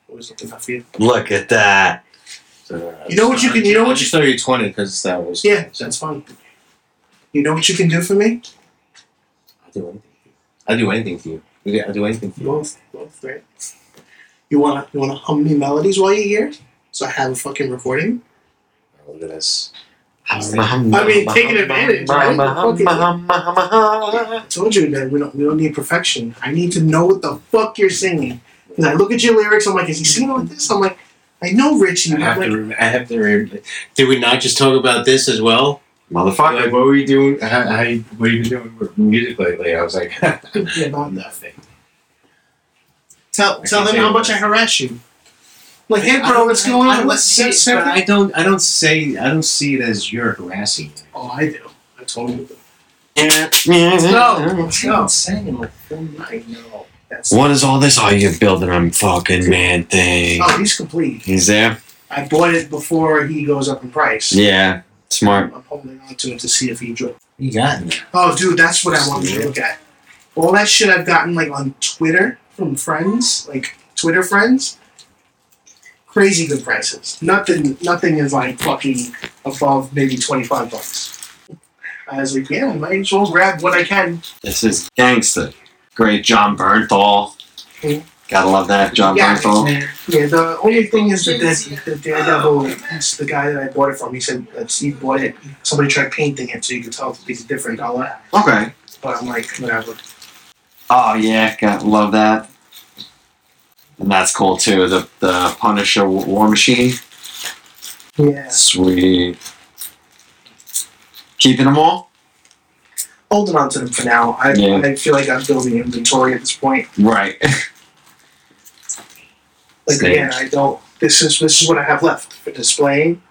Always looking out for you.
Look at that.
You know what you can- you know what
I just thought you 20 because that was.
Yeah, that's fine. You know what you can do for me?
I'll do anything. I'll do anything for you. Yeah, I'll do anything for you.
Both, both, right? You wanna you wanna hum me melodies while you're here? So I have a fucking recording.
Oh, Look at this.
I mean, taking advantage, right? I told you that we don't we don't need perfection. I need to know what the fuck you're singing. Because I look at your lyrics, I'm like, is he singing like this? I'm like, I know Richie,
I
but
have
like
to. Rem- I have to. Rem- Did we not just talk about this as well?
Like,
motherfucker.
what were you doing? How, how, you- what have you been doing with music lately? I was like, nothing.
Tell
I
tell
can
them
say
how
it.
much I harass you. Like, hey,
I
bro,
don't-
what's
I-
going
I
on?
would
What's
say it, but I don't. I don't say. I don't see it as you're harassing.
Oh, I do. I told you.
No.
No, saying like, I know. That's
What is all this? Oh, you're building a fucking man thing.
Oh, he's complete.
He's there.
I bought it before he goes up in price.
Yeah, smart.
I'm holding on to it to see if he drops.
you got. in there.
Oh, dude, that's what I wanted to look at. All that shit I've gotten like on Twitter from friends, like Twitter friends. Crazy good prices. Nothing, nothing is like fucking above maybe twenty five bucks. I was like, yeah, I might as well grab what I can.
This is gangster. Great John Bernthal.
Hmm.
Gotta love that John
yeah,
Bernthal.
yeah. The only thing is that this, the Daredevil, the guy that I bought it from, he said that he bought it. Somebody tried painting it, so you could tell it's a different color.
Okay.
But I'm like, whatever.
Oh yeah, gotta love that. And that's cool too. The the Punisher w- War Machine.
Yeah.
Sweet. Keeping them all.
holding on to them for now. I,
Yeah.
I feel like I'm building inventory at this point.
Right.
Like
Same.
again, I don't. This is this is what I have left for displaying,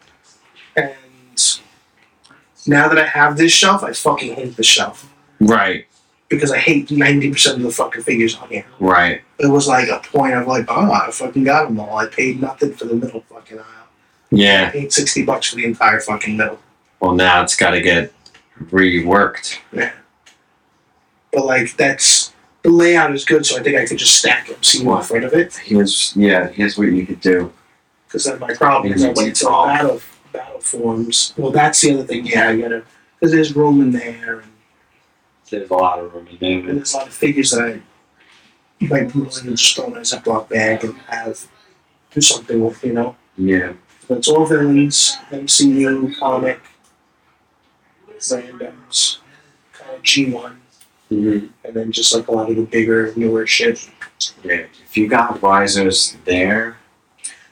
and now that I have this shelf, I fucking hate this shelf
Right.
because I hate ninety percent of the fucking figures on here.
Right.
It was like a point of like, oh, I fucking got them all. I paid nothing for the middle fucking aisle. I
Yeah.
paid sixty bucks for the entire fucking middle.
Well, now it's got to get reworked.
But like that's the layout is good, so I think I could just stack them, see more front of it.
Here's yeah. Here's what you could do.
because that's my problem. Is I
Mhm.
went to battle battle forms. Well, that's the other thing. Yeah, I gotta because there's room in there, and,
There's a lot of room in
and
there.
there's a lot of figures that I might be willing to just throw in a Ziploc bag and have do something with. You know,
Yeah.
but it's all villains, MCU comic, randoms, kind of G one,
Mm-hmm.
Mhm.
and then just like a lot of the bigger, newer shit.
Yeah. If you got risers there,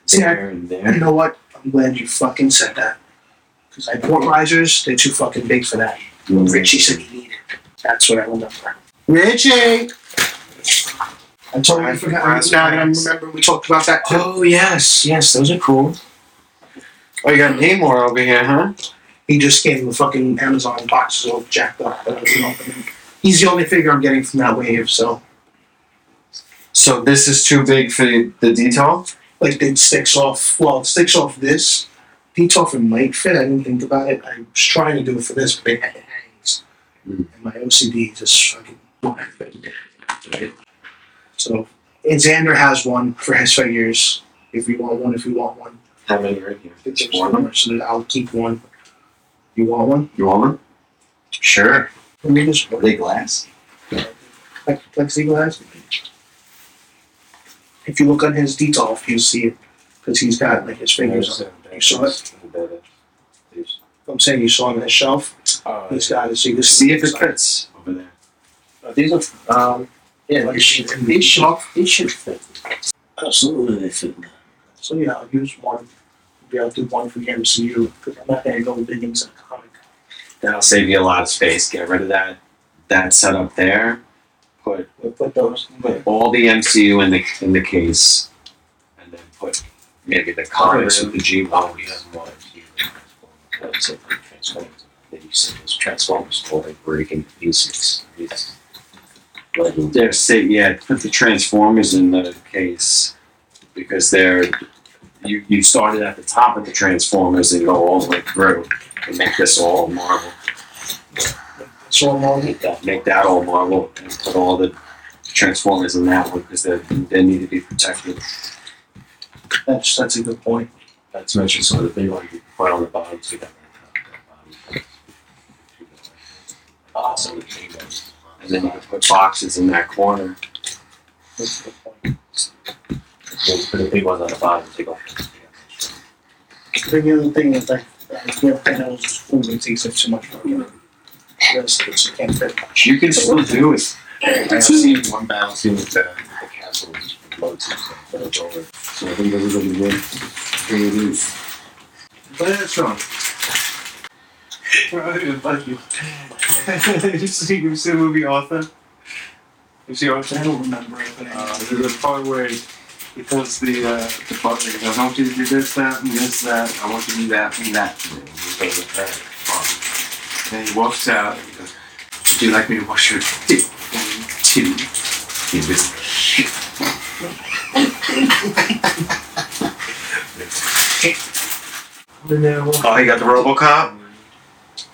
See, I-
there, and
You
there.
know what? I'm glad you fucking said that. Because I bought risers, they're too fucking big for that. Richie said he needed. That's what I remember. Richie! I totally forgot. Now that I remember, we talked about that too.
Oh yes, yes, those are cool. Oh, you got Namor over here, huh?
He just came in the fucking Amazon boxes all jacked up. But I was opening. He's the only figure I'm getting from that wave, so.
So this is too big for the detail.
Like, it sticks off. Well, it sticks off this. Detoff and might fit. I didn't think about it. I was trying to do it for this, but it hangs.
Hmm.
And my OCD just fucking. won't fit. So, and Xander has one for his figures. If you want one, if you want one.
How many are in here?
So that I'll keep one. You want one?
You want one? Sure.
Let me just
Are they glass?
like plexiglass. If you look on his detolf, you'll see it because he's got like his fingers on it. You saw it? I'm saying you saw on his shelf.
Uh,
He's got it, so you can
See if it fits over there.
These are. Um, yeah,
Like,
they should. They should. They should fit. Absolutely, they fit.
So yeah, I'll use one. Maybe I'll do one for the MCU because I'm not gonna go big into the comic.
That'll save you a lot of space. Get rid of that that setup there. Put
We'll put those.
put all the MCU in the in the case, and then put maybe the comics with the G one.
That's it. Transformers. They used to just Transformers for like breaking pieces. It's like
They're sa- yeah. Put the Transformers in the case because they're you you started at the top of the Transformers and go all the way through and make this all Marvel.
So I'm on.
Make that, make that all Marvel and put all the Transformers in that one because they they need to be protected.
That's that's a good point.
That's mentioned some of the big ones you put on the bottom too. Uh, some of the big ones.
And then you can put boxes in that corner.
That's a good point.
Yeah, you put the big ones on the bottom too.
The other thing is uh, like, your panels is full, it takes up too much room. Yes, but you can't fit much.
You can still do it.
I see one battle scene with the, with the castle was low too, so I fell over. So I think those are gonna be good. Three of these. Play that song. Did you see, you see the movie Arthur? You see Arthur? I don't remember it. but Uh, there's a part where he he tells the, uh, the butler, he goes, I want you to do this, that, and this, that. I want you to do that and that. And he goes, "All right, fine." Then he walks out and he goes, Would you like me to wash your dick? One, two. He goes, "Shit."
Now-
Oh, he got the Robocop?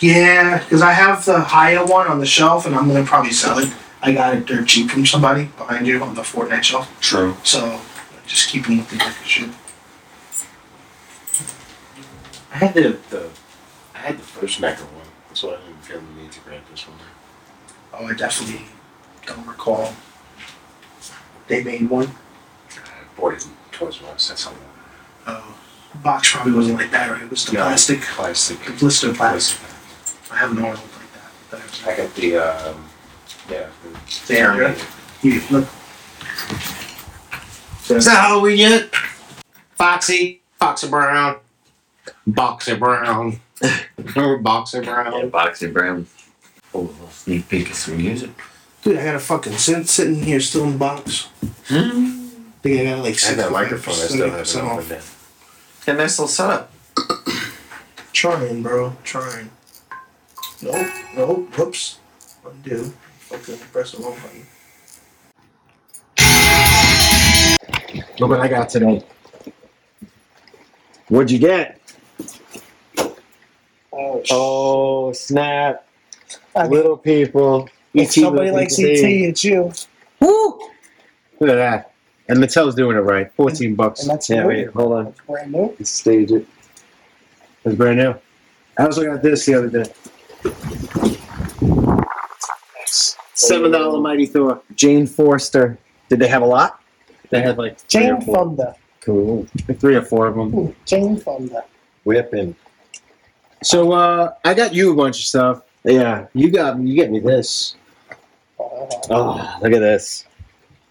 Yeah, because I have the higher one on the shelf, and I'm gonna probably sell it. I got it dirt cheap from somebody behind you on the Fortnite shelf,
True.
so just keep them with the record shit.
I had the, the I had the first Mecca one. That's why I didn't feel the need to grab this one.
Oh, I definitely don't recall. They made one.
I bought it in Toys R Us. That's how long.
Oh, the box probably wasn't like that, right? It was the
Yeah.
plastic,
Plastic.
the blister plastic.
Plastic.
I have an oil like that. that I was
I got the um, yeah. The
There we go. Here, look.
Is that Halloween yet?
Foxy, Foxy Brown, Boxer Brown. Remember Boxer
Yeah,
Brown?
Boxer Brown.
Oh, a little sneak peek of some music.
Dude, I got a fucking sit sitting here still in the box.
Hmm?
Think I got like
I
six.
had that microphone. I still haven't
percent off.
opened it.
Yeah, nice little setup.
Trying, bro. Trying. Nope. Nope. Whoops. Undo. Fucking press the wrong button.
Look what I got today.
What'd you get?
Oh,
Oh snap! Little people.
If somebody
little
likes
E
people,
ET,
baby.
it's you.
Look at that. And Mattel's doing it right. 14 bucks.
And that's
Yeah,
new.
wait, hold on.
That's brand new.
Let's stage it.
It's brand new. I was looking at this the other day. Seven dollar Mighty Thor.
Jane Forster. Did they have a lot?
They had like three or
Jane
four,
Fonda.
Cool.
like three or four of them.
Ooh, Jane Fonda.
Whipping.
So uh, I got you a bunch of stuff.
Yeah.
You got you get me this.
Uh,
Oh, look at this.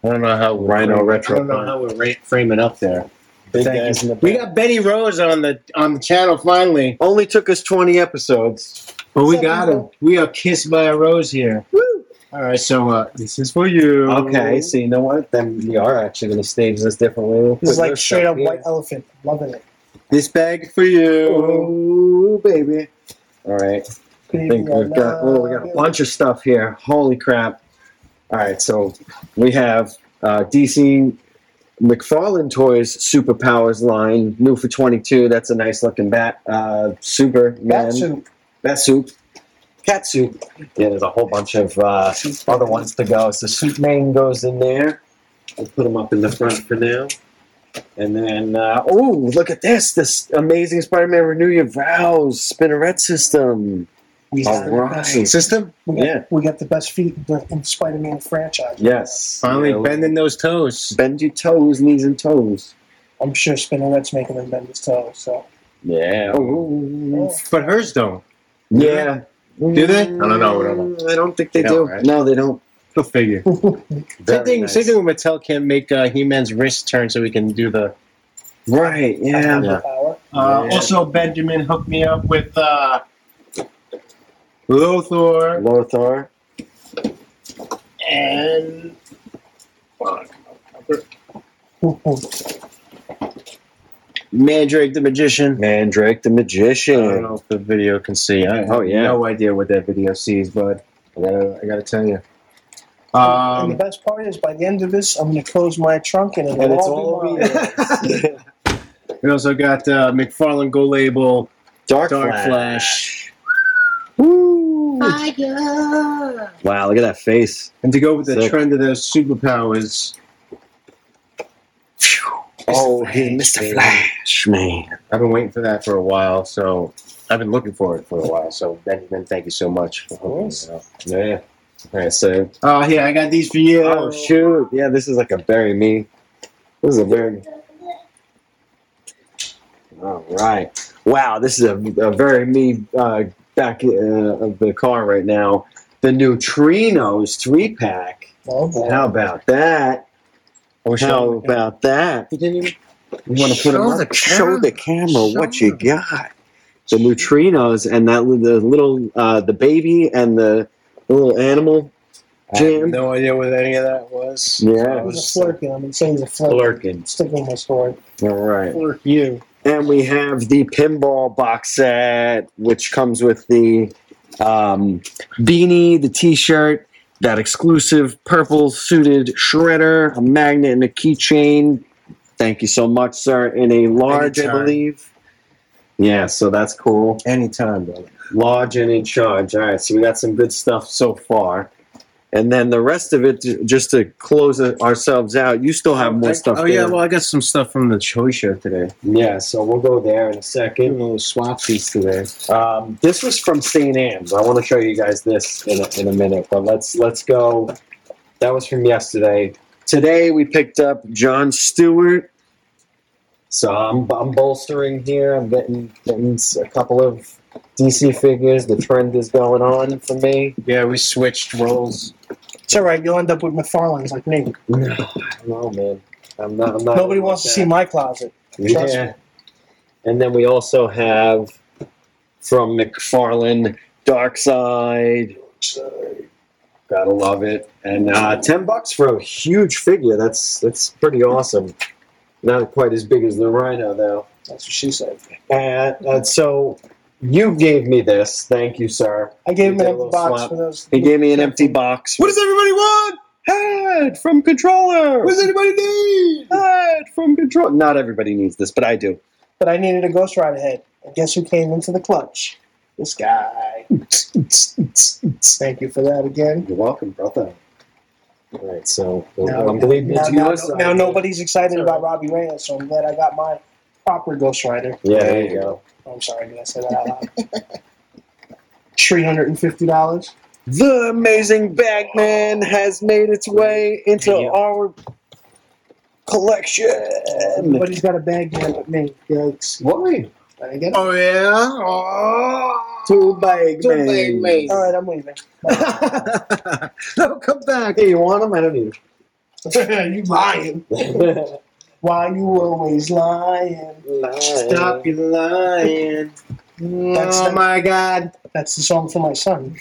I don't know how we
Rhino
I don't know
retro.
how we're ra- framing up there.
Big
Thank
guys in the
We
back.
got Betty Rose on the on the channel finally.
Only took us 20 episodes.
But we
Sup,
got him.
people?
We are kissed by a rose here. Woo! All right, so uh, this is for you.
Okay, so you know what? Then we are actually going to stage this differently. We'll put
this is like
your
straight
stuff
up
here.
White Elephant. Loving it.
This bag for you. Ooh, baby. All right. I think we've got, oh, we got a bunch of stuff here. Holy crap. All right, so we have uh, DC McFarlane Toys Superpowers line, new for 22. That's a nice looking bat. Uh, Superman.
Bat soup.
Bat soup. Cat soup. Yeah, there's a whole bunch of uh, other ones to go. So Superman goes in there. We'll put them up in the front for now. And then, uh, oh, look at this! This amazing Spider-Man Renew Your Vows spinneret system.
We got,
All right.
System
we, got,
yeah.
we got the best feet in the in Spider-Man franchise.
Yes.
finally
Yeah,
bending those toes.
Bend your toes, knees, and toes.
I'm sure Spinneret's making them bend his toe. So
Yeah.
Oh,
But hers don't.
Yeah.
Do they? I don't know, I don't
I don't think they
They
do.
don't, right?
No, they don't.
Go figure. Same
Very
thing,
nice.
same thing with Mattel can't make uh, He-Man's wrist turn so we can do the.
Right. Yeah.
the power.
Uh,
Yeah.
Also, Benjamin hooked me up with uh, Lothor
Lothar.
and Mandrake the Magician.
Mandrake the
I don't
Magician.
know if the video can see. I have
Uh, Oh, yeah.
no idea what that video sees, but I gotta, I gotta tell you.
and the
Um,
best part is, by the end of this, I'm going to close my trunk and it'll
And it's
all
all
be mine.
over you.
we also got uh, McFarlane Go Label,
Dark,
Dark
Flash.
Flash.
Woo. Wow, look at that face.
and to go with the
Sick.
trend of the superpowers.
Oh, hey, Mr. Flash, man.
I've been waiting for that for a while, so I've been looking for it for a while. So Benjamin, thank you so much. For course.
Yeah. All right, so.
Oh yeah, I got these for you.
Oh, shoot. Yeah, this is like a bury me. This is a bury me. All right. Wow, this is a, a very me uh, back uh, of the car right now. The Neutrinos three pack.
Oh, boy.
How about Oh, that?
I wish
How
I-
about that?
You didn't even- You want to put them up?
show the camera what you got. the neutrinos and that li- the little uh, the baby and the little animal
I have
jam.
no idea what any of that was.
Yeah.
I
It
He's a
was
flirkin. I'm saying he's a flirkin.
Flirkin.
Sticking his sword.
All right.
Flirk you.
And we have the pinball box set, which comes with the um, beanie, the T-shirt, that exclusive purple suited shredder, a magnet, and a keychain. Thank you so much, sir. In a large, I
Anytime.
believe. Yeah, so that's cool.
Anytime, brother.
Large and in charge. All right, so we got some good stuff so far. And then the rest of it, j- just to close it- ourselves out, you still have more stuff.
oh yeah,
there.
well I got some stuff from the toy show today.
Yeah, so we'll go there in a second.
A little swapsies today.
Um, this was from St. Anne's. I want to show you guys this in a, in a minute, but let's let's go. That was from yesterday. Today we picked up John Stewart. So I'm, I'm bolstering here. I'm getting getting a couple of DC figures. The trend is going on for me.
Yeah, we switched roles.
It's all right. You'll end up with McFarlane's like me.
No, no, man. I'm not. I'm not
Nobody wants to see my closet. Trust
Yeah. And then we also have from McFarlane, Dark Side. Gotta love it. And uh, ten bucks for a huge figure. That's that's pretty awesome. Not quite as big as the Rhino though.
That's what she said.
And, and so you gave me this. Thank you, sir.
I gave him
We did a
an empty
little
box
swap.
for those.
He gave me an empty box.
What does everybody want?
Head from controller.
What does anybody need?
Head from control. Not everybody needs this, but I do.
But I needed a Ghost Rider head. And guess who came into the clutch? This guy. Thank you for that again.
You're welcome, brother. All right, so
Now-
I'm believing
Now,
it's
now,
your
now,
side.
nobody's excited about Robbie Reyes, so I'm glad I got my proper Ghost Rider. Oh,
Yeah, there you go.
I'm sorry, did I say that out loud? Three hundred and fifty dollars.
The amazing Bagman has made its way into our collection.
Nobody's got a bag man but me. Yikes!
Why?
I didn't get it.
Oh yeah. Oh.
Two Bagman.
Two Bagmans.
All right, I'm leaving.
no, come back.
Hey, you want them? I don't need
you lying?
them.
Why you always lying?
Stop you lying.
That's
oh
the-
my God.
That's the song for my son.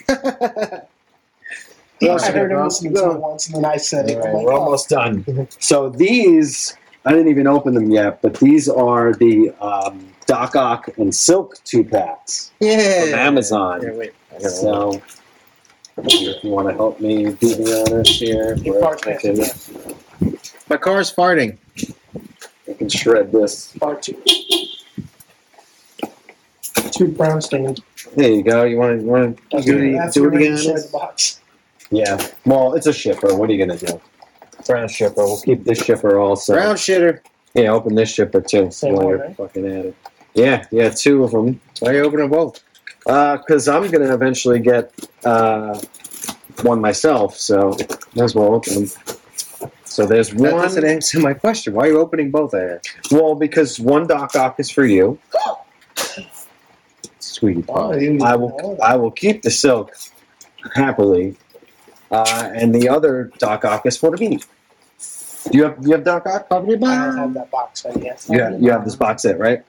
All
I
right,
heard him
well,
listening to
no.
it once, and then I said it.
All
I'm
right,
like,
we're
oh,
almost done. So these, I didn't even open them yet, but these are the um, Doc Ock and Silk two packs
Yeah.
from Amazon.
Yeah, wait.
So, if you want to help me do the honors here,
Your
where
part's
I can,
My car's farting.
I can shred this.
part two. Two brown stains.
There you go. You want to, you want to do, the,
That's
do it
already
again?
inside the box.
Yeah. Well, it's a shipper. What are you gonna do? Brown shipper. We'll keep this shipper also.
Brown shitter.
Yeah, open this shipper too.
Same
while
one,
you're
right?
fucking at it. Yeah, yeah, two of them.
Why you open them both?
Because I'm gonna eventually get uh, one myself, so might as well open them. So there's
That eh? doesn't
one.
answer my question. Why are you opening both? I asked.
Well, because one Doc Ock is for you, sweetie pie.
Oh, you-
I will I will keep the silk happily, uh, and the other Doc Ock is for the beat. Do you have you have Doc Ock? Probably
I don't have that box right yet.
You have, you have this box set, right?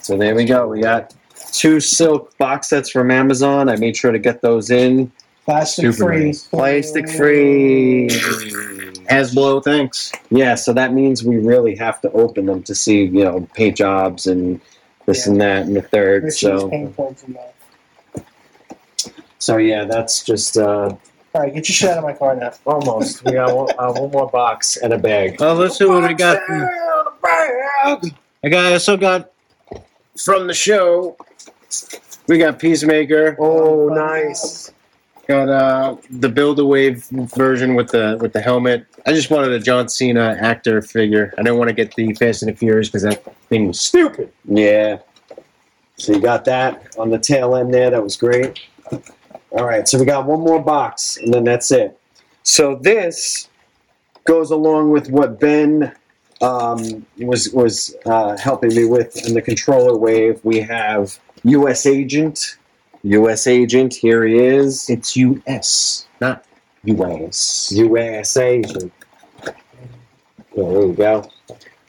So there we go. We got two silk box sets from Amazon. I made sure to get those in.
Plastic free.
Plastic free.
Hasbro, thanks.
Yeah, so that means we really have to open them to see, you know, paint jobs and this and that and the third.
Richie's
so
pain points in there.
so yeah, that's just uh,
All right, get your shit out of my car now.
almost. we got one, uh, one more box and a bag.
Well, let's see what I got. From, I got. I also got from the show. We got Peacemaker.
Oh, nice.
Got uh, the Build a Wave version with the with the helmet. I just wanted a John Cena actor figure. I didn't want to get the Fast and the Furious because that thing was stupid.
Yeah. So you got that on the tail end there. That was great. All right. So we got one more box, and then that's it. So this goes along with what Ben um, was was uh, helping me with in the controller wave. We have U.S. Agent. U.S. Agent. Here he is.
It's U.S., not U.S.
U.S. Agent. There we go.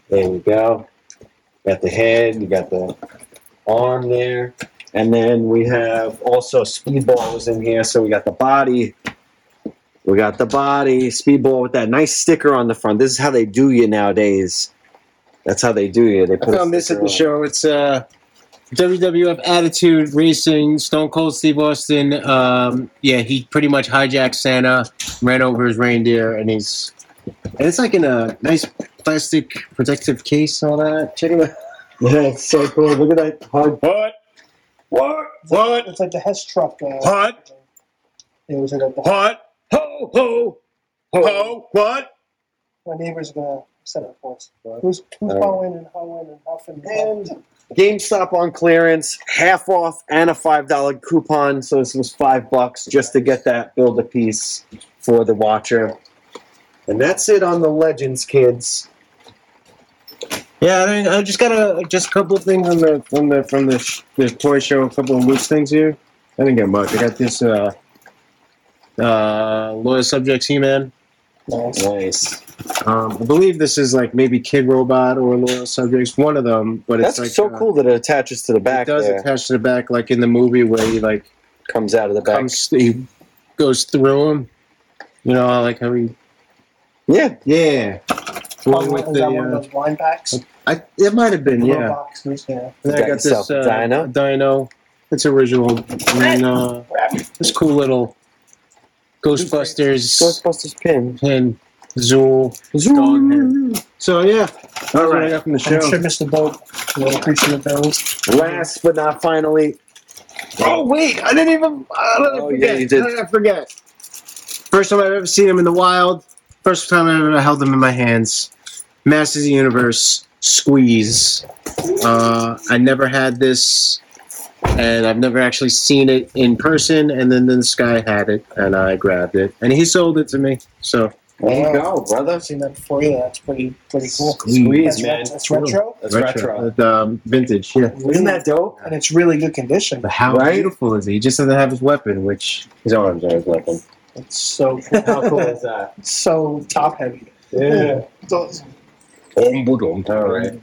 There we go. Got the head. You got the
arm there. And then we have also Speedball was in here. So we got the body. We got the body. Speedball with that nice sticker on the front. This is how they do you nowadays. That's how they do you. They
I
a
found this at
sticker
the
on.
show. It's uh, WWF Attitude Racing, Stone Cold Steve Austin. Um, yeah, he pretty much hijacked Santa, ran over his reindeer, and he's. And it's like in a nice plastic protective case, and all that. Check it out.
Yeah, it's so cool. Look at that hard
What? What? What?
It's like the Hess truck. Uh,
What?
It was like a,
What? Ho, ho, ho, what?
my neighbor's gonna set up for us.
What?
Who's who's
All right.
howling and howling and huffing and puffing?
GameStop on clearance, half off and a five dollar coupon. So this was five bucks just to get that build a piece for the watcher. And that's it on the Legends, kids.
Yeah, I, mean, I just got a just a couple of things on the from the from the, sh- the toy show. A couple of loose things here. I didn't get much. I got this uh, uh, loyal subjects He-Man.
Nice.
Um, I believe this is like maybe Kid Robot or Loyal Subjects, one of them. But
That's
it's like
so
uh,
cool that it attaches to the
It
back.
does
there.
attach to the back, like in the movie where he like
comes out of the back.
comes, he goes through him. You know, like how he.
Yeah.
Yeah. One
Oh,
with
is
the,
that one of
uh,
those wine packs?
I, it might have been,
Little
yeah.
boxes, yeah.
And then I
Got
got
yourself
this
a
uh,
dino?
dino. It's original. And then, uh, this cool little Ghostbusters
Ghostbusters pin.
pin, Zool, dog pin. So yeah, that's
All
what
right.
I got from the
I'm
show.
sure Mr. Boat will appreciate those.
Last but not finally.
Oh wait, I didn't even. I didn't
Oh,
forget.
yeah, you did.
How did I forget? First time I've ever seen him in the wild. First time I've ever held him in my hands. Masters of the Universe squeeze. Uh, I never had this, and I've never actually seen it in person. And then this guy had it, and I grabbed it, and he sold it to me. So
There you go, brother.
I've seen that before. Yeah, that's pretty pretty cool.
Squeeze,
that's,
man.
That's retro,
That's retro.
Um, vintage. Yeah.
Isn't that dope?
and it's really good condition.
But how
Right?
beautiful is he? He just doesn't have his weapon, which his arms are his weapon.
It's so
How cool is that?
so top heavy.
Yeah.
It's awesome.
All right.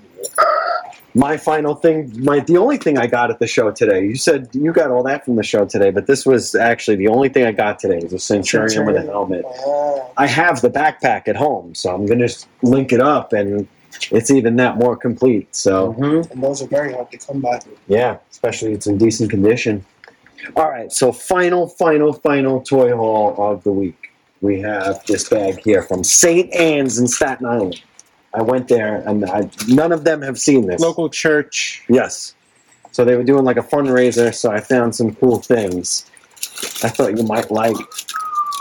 My final thing, my the only thing I got at the show today. You said you got all that from the show today, but this was actually the only thing I got today was a Centurion, with a helmet.
Wow.
I have the backpack at home, so I'm gonna just link it up, and it's even that more complete. So
And those are very hard to come by.
yeah, especially it's in decent condition. All right, so final, final, final toy haul of the week. We have this bag here from St. Anne's in Staten Island. I went there, and I, none of them have seen this.
Local church.
Yes. So they were doing like a fundraiser, so I found some cool things. I thought you might like.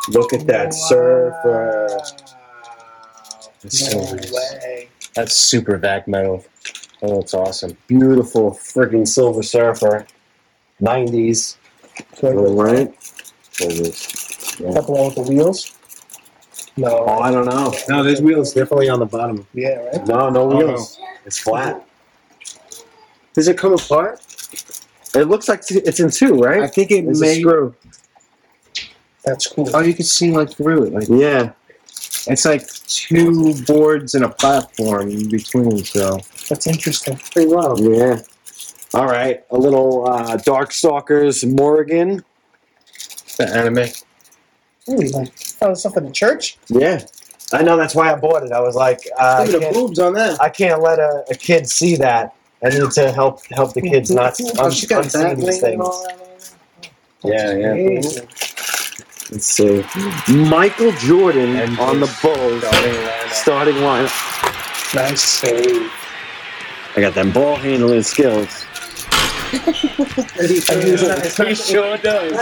Look at that surfer. It's so
No
nice.
way.
That's super vac metal. Oh, it's awesome.
Beautiful freaking silver surfer. 90s.
So,
Right? Oh,
couple one with the wheels. No.
Oh, I don't know.
No, there's wheels definitely on the bottom. Oh,
Yeah, right.
No, no wheels. It's flat.
Does it come apart?
It looks like it's in two, right?
I think it
There's a
may.
screw.
That's cool.
Oh, you can see like through it. Like
Yeah.
it's like two boards and a platform in between. So
That's interesting.
pretty wild.
Yeah. All right. A little uh, Darkstalkers Morgan.
The anime.
Really nice. Oh, it's something in church?
Yeah. I know that's why I bought it. I was like, uh, I
Look at the
can't-
boobs on that.
I can't let a, a kid see that. I need to help help the kids not un-
Oh, she got
unsee
that
these
thing and
things.
all that.
Yeah, yeah.
Amazing.
Let's see. Michael Jordan
And
on the
this
Bulls starting line.
Nice save.
I got them ball handling skills.
He sure does.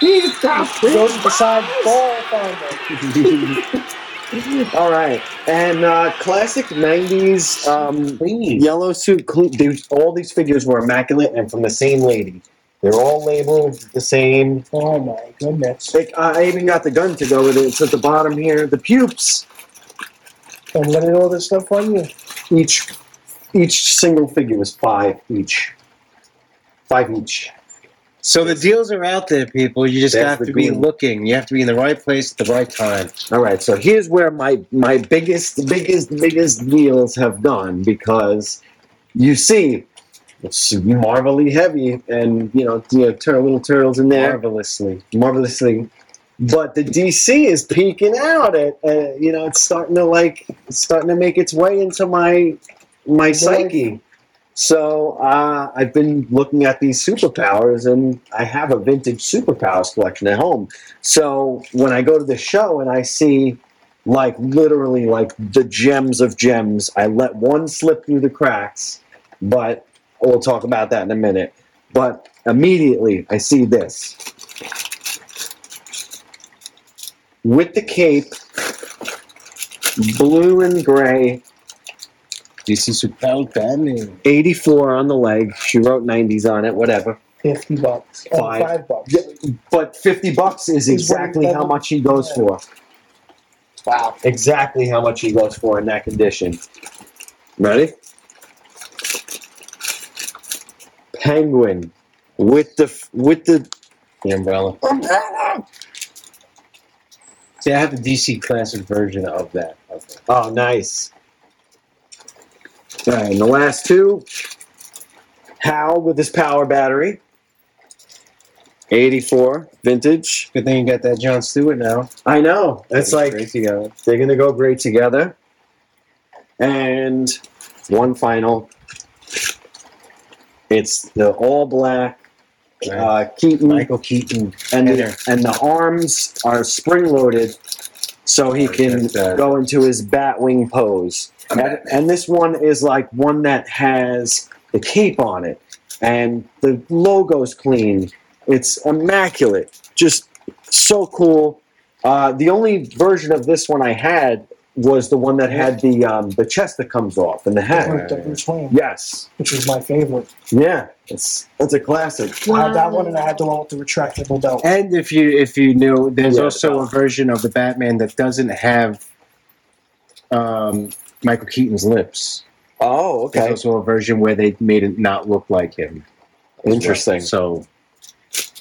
Goes beside ball finder.
All right, and uh, classic '90s um, yellow suit. Cl- these- all these figures were immaculate and from the same lady. They're all labeled the same.
Oh my goodness.
Like, I even got the gun to go with it. It's at the bottom here. The pupes.
And what did all this stuff on you?
each each single figure was five each. Five each.
So the deals are out there, people. You just
That's
have
the
to be
goal.
looking. You have to be in the right place at the right time.
All right, so here's where my my biggest biggest biggest deals have gone because you see It's marvelously heavy, and you know, you know, turn little turtles in there.
Marvelously.
marvelously. But the DC is peeking out at, uh, you know, it's starting to like, it's starting to make its way into my, my psyche. So uh, I've been looking at these superpowers, and I have a vintage superpowers collection at home. So when I go to the show and I see, like, literally, like the gems of gems, I let one slip through the cracks, but we'll talk about that in a minute. But immediately, I see this with the cape, blue and gray. DC Superman. 84 on the leg. She wrote 90s on it, whatever.
50 bucks. Oh,
Five.
five bucks.
Yeah, but 50 bucks is
Is what
exactly
he-
how much he goes for.
Wow.
Exactly how much he goes for in that condition. Ready? Penguin with the f- with the the umbrella.
See, I have a DC classic version of that.
Oh, nice. All right, and the last two. Hal with his power battery. 84 vintage.
Good thing you got that John Stewart now.
I know. It's like they're going to go great together. And one final. It's the all black uh, Keaton. Michael
Keaton.
And
Header.
the, and the arms are spring loaded so he can go into his batwing pose. And, and this one is like one that has the cape on it, and the logo's clean. It's immaculate, just so cool. Uh, the only version of this one I had was the one that had the um, the chest that comes off and the
Like
hat.
the Bruce Wayne,
Yes,
which is my favorite.
yeah, it's that's a classic.
I had that one and I had the one with the retractable belt.
And if you if you knew, there's
Yeah,
also a version of the Batman that doesn't have um, Michael Keaton's lips.
Oh, okay.
There's also a version where they made it not look like him.
Interesting.
So,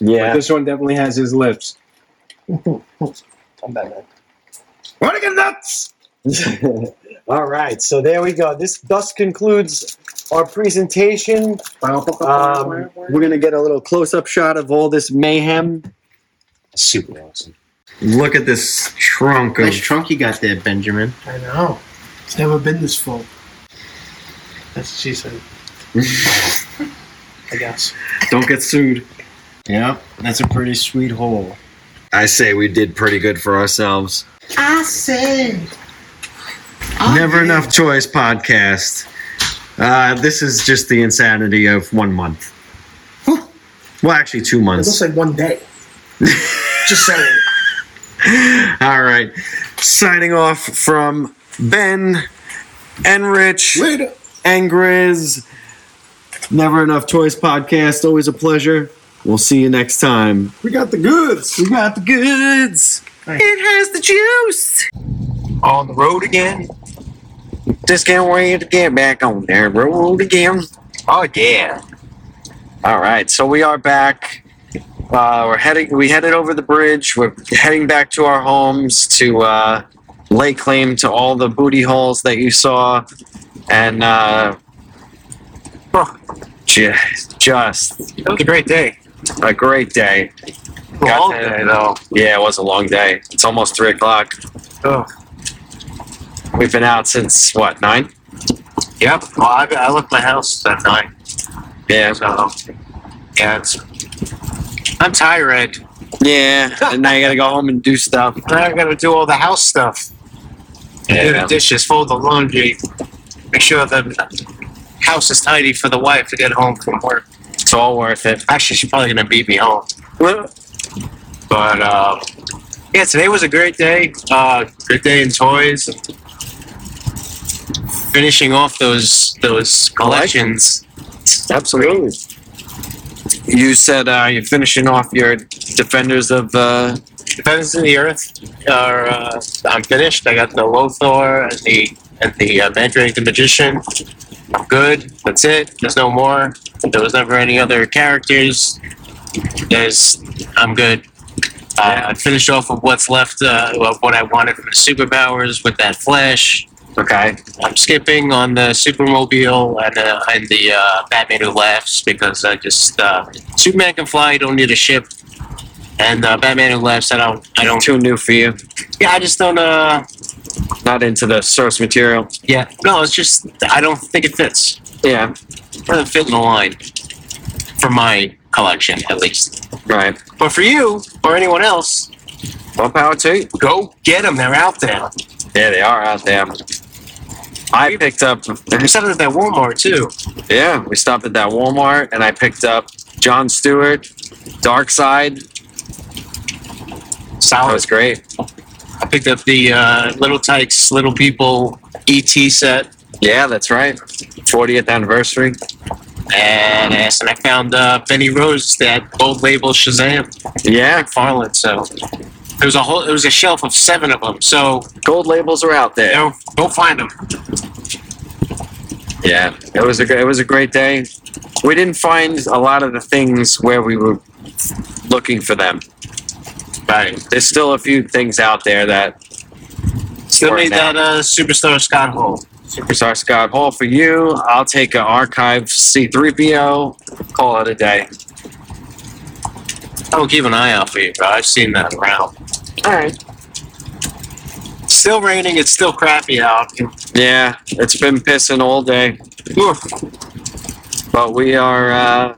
Yeah.
but this one definitely has his lips.
I'm Batman.
Want to get nuts?
All right, so there we go. This thus concludes our presentation. Um, we're gonna get a little close-up shot of all this mayhem.
Super awesome.
Look at this trunk.
Nice trunk you got there, Benjamin.
I know. It's never been this full. That's what she said. I guess.
Don't get sued.
Yep, that's a pretty sweet hole.
I say we did pretty good for ourselves.
I say.
Never Enough Choice podcast. Uh, this is just the insanity of one month. Well, actually, two
It
months.
looks like one day. Just saying.
All right. Signing off from Ben and Rich and Grizz. Never Enough Toys podcast. Always a pleasure. We'll see you next time.
We got the goods.
We got the goods. It has the juice.
On the road again?
Just can't wait to get back on there. Roll again.
Oh, yeah.
All right. So we are back. Uh, we're heading. We headed over the bridge. We're heading back to our homes to uh, lay claim to all the booty holes that you saw, and uh, just, just
It was a great day.
a great day.
Long day, though.
Yeah, it was a long day. It's almost three o'clock.
Ugh.
We've been out since what nine?
Yep. Well, I, I left my house that night.
Yeah.
So, yeah, it's. I'm tired.
Yeah, and now you gotta go home and do stuff.
Now I gotta do all the house stuff. Do the
Yeah.
dishes, fold the laundry, make sure the house is tidy for the wife to get home from work.
It's all worth it.
Actually, she's probably gonna beat me home. But uh, yeah, today was a great day. Uh, good day in toys. Finishing off those those collections.
Absolutely. You said uh, you're finishing off your Defenders of. Uh,
Defenders of the Earth are uh, I'm finished. I got the Lothar and the and the uh, Mandrake the Magician. I'm good. That's it. There's no more. There was never any other characters. There's I'm good. Uh, I finished off with what's left uh, of what I wanted from the superpowers with that Flash.
Okay, I'm skipping on the Supermobile and the and the uh, Batman Who Laughs because I just uh, Superman can fly. You don't need a ship, and uh, Batman Who Laughs. I don't. I don't.
Too new for you.
Yeah, I just don't. Uh,
Not into the source material.
yeah, no, it's just I don't think it fits.
Yeah.
Doesn't fit in the line for my collection, at least.
Right.
But for you or anyone else,
Well, power to you.
go get them. They're out there.
Yeah, they are out there. I picked up.
They're set at that Walmart too.
Yeah, we stopped at that Walmart and I picked up John Stewart, Dark Side. That
Solid.
was great.
I picked up the uh, Little Tykes, Little People ET set.
Yeah, that's right. 40th anniversary.
and ass, and I found uh, Benny Rose that gold label Shazam
Yeah,
McFarlane. So there was a whole there was a shelf of seven of them. So
gold labels are out there.
go go find them.
Yeah, it was a gr- it was a great day. We didn't find a lot of the things where we were looking for them.
Right.
There's still a few things out there that
Still
Right
need
now.
that uh, superstar Scott Hall.
Superstar Scott Hall for you. I'll take an archive C3PO. Call it a day.
I will keep an eye out for you, bro. I've seen that around.
All right.
It's still raining. It's still crappy out.
Yeah, it's been pissing all day.
Oof.
but we are uh,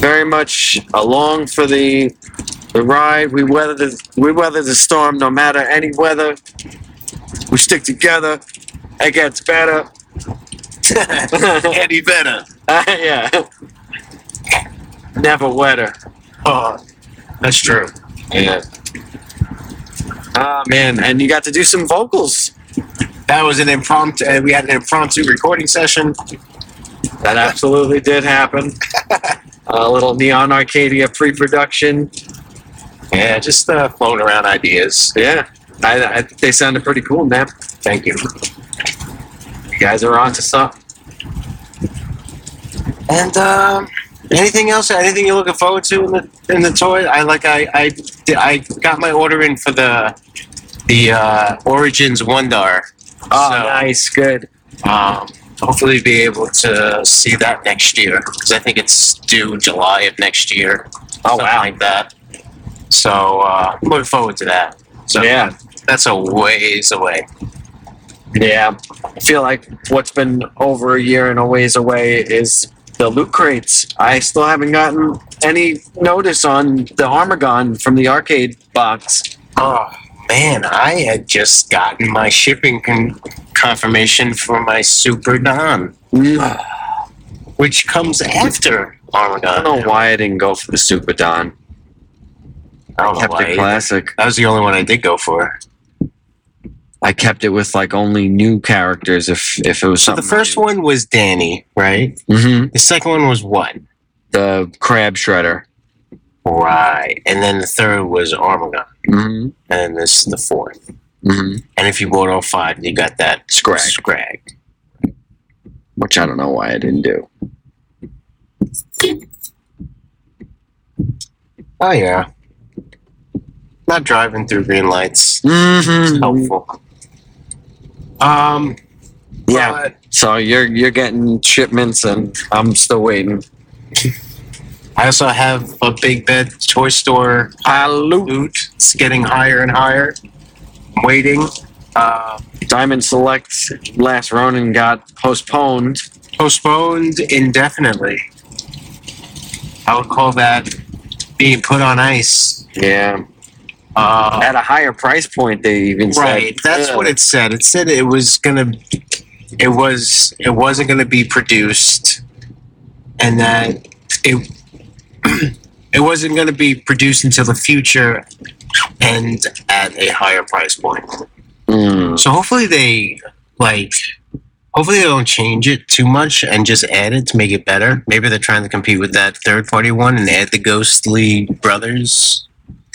very much along for the the ride. We weather the we weather the storm no matter any weather. We stick together. It gets better.
Any better?
yeah. Never wetter.
Oh, that's true.
Yeah. Ah man, and you got to do some vocals.
That was an impromptu. Uh, we had an impromptu recording session.
That absolutely did happen. A little Neon Arcadia pre-production.
Yeah, just uh, floating around ideas.
Yeah, I, I think they sounded pretty cool, man.
Thank you.
You guys are on to something.
And um, anything else? Anything you're looking forward to in the in the toy? I like I I did- I got my order in for the the uh, Origins Wondar.
Oh,
So-
nice, good.
Um, hopefully, be able to see that next year because I think it's due July of next year.
Oh,
something
wow.
like that. So uh, I'm looking forward to that. So
yeah,
that's a ways away.
yeah. I feel like what's been over a year and a ways away is the loot crates. I still haven't gotten any notice on the Armagon from the arcade box.
Oh man, I had just gotten my shipping con- confirmation for my Super Don.
Mm,
which comes after
I
Armagon.
don't know why I didn't go for the Super Don.
I don't know
Kept
why.
it classic.
That was the only one I did go for.
I kept it with like only new characters if if it was
So
something.
the first one was Danny, right?
hmm
The second one was what?
The crab shredder.
Right. And then the third was Armagon.
hmm
And this is the fourth.
hmm
And if you bought all five, you got that
Scrag.
Scrag.
Which I don't know why I didn't do.
Oh, yeah. Not driving through green lights.
hmm
Helpful. Um,
Yeah.
but
So you're you're getting shipments, and I'm still waiting.
I also have a big bed toy store loot. It's getting higher and higher. I'm waiting. Uh,
Diamond Select Last Ronin got postponed.
postponed indefinitely. I would call that being put on ice.
Yeah,
Uh,
at a higher price point. They even
right.
said
That's what it said. It said it was gonna. It was. It wasn't gonna be produced, and that it. It wasn't going to be produced until the future and at a higher price point.
Mm.
So hopefully they like hopefully they don't change it too much and just add it to make it better. Maybe they're trying to compete with that third party one and add the ghostly brothers.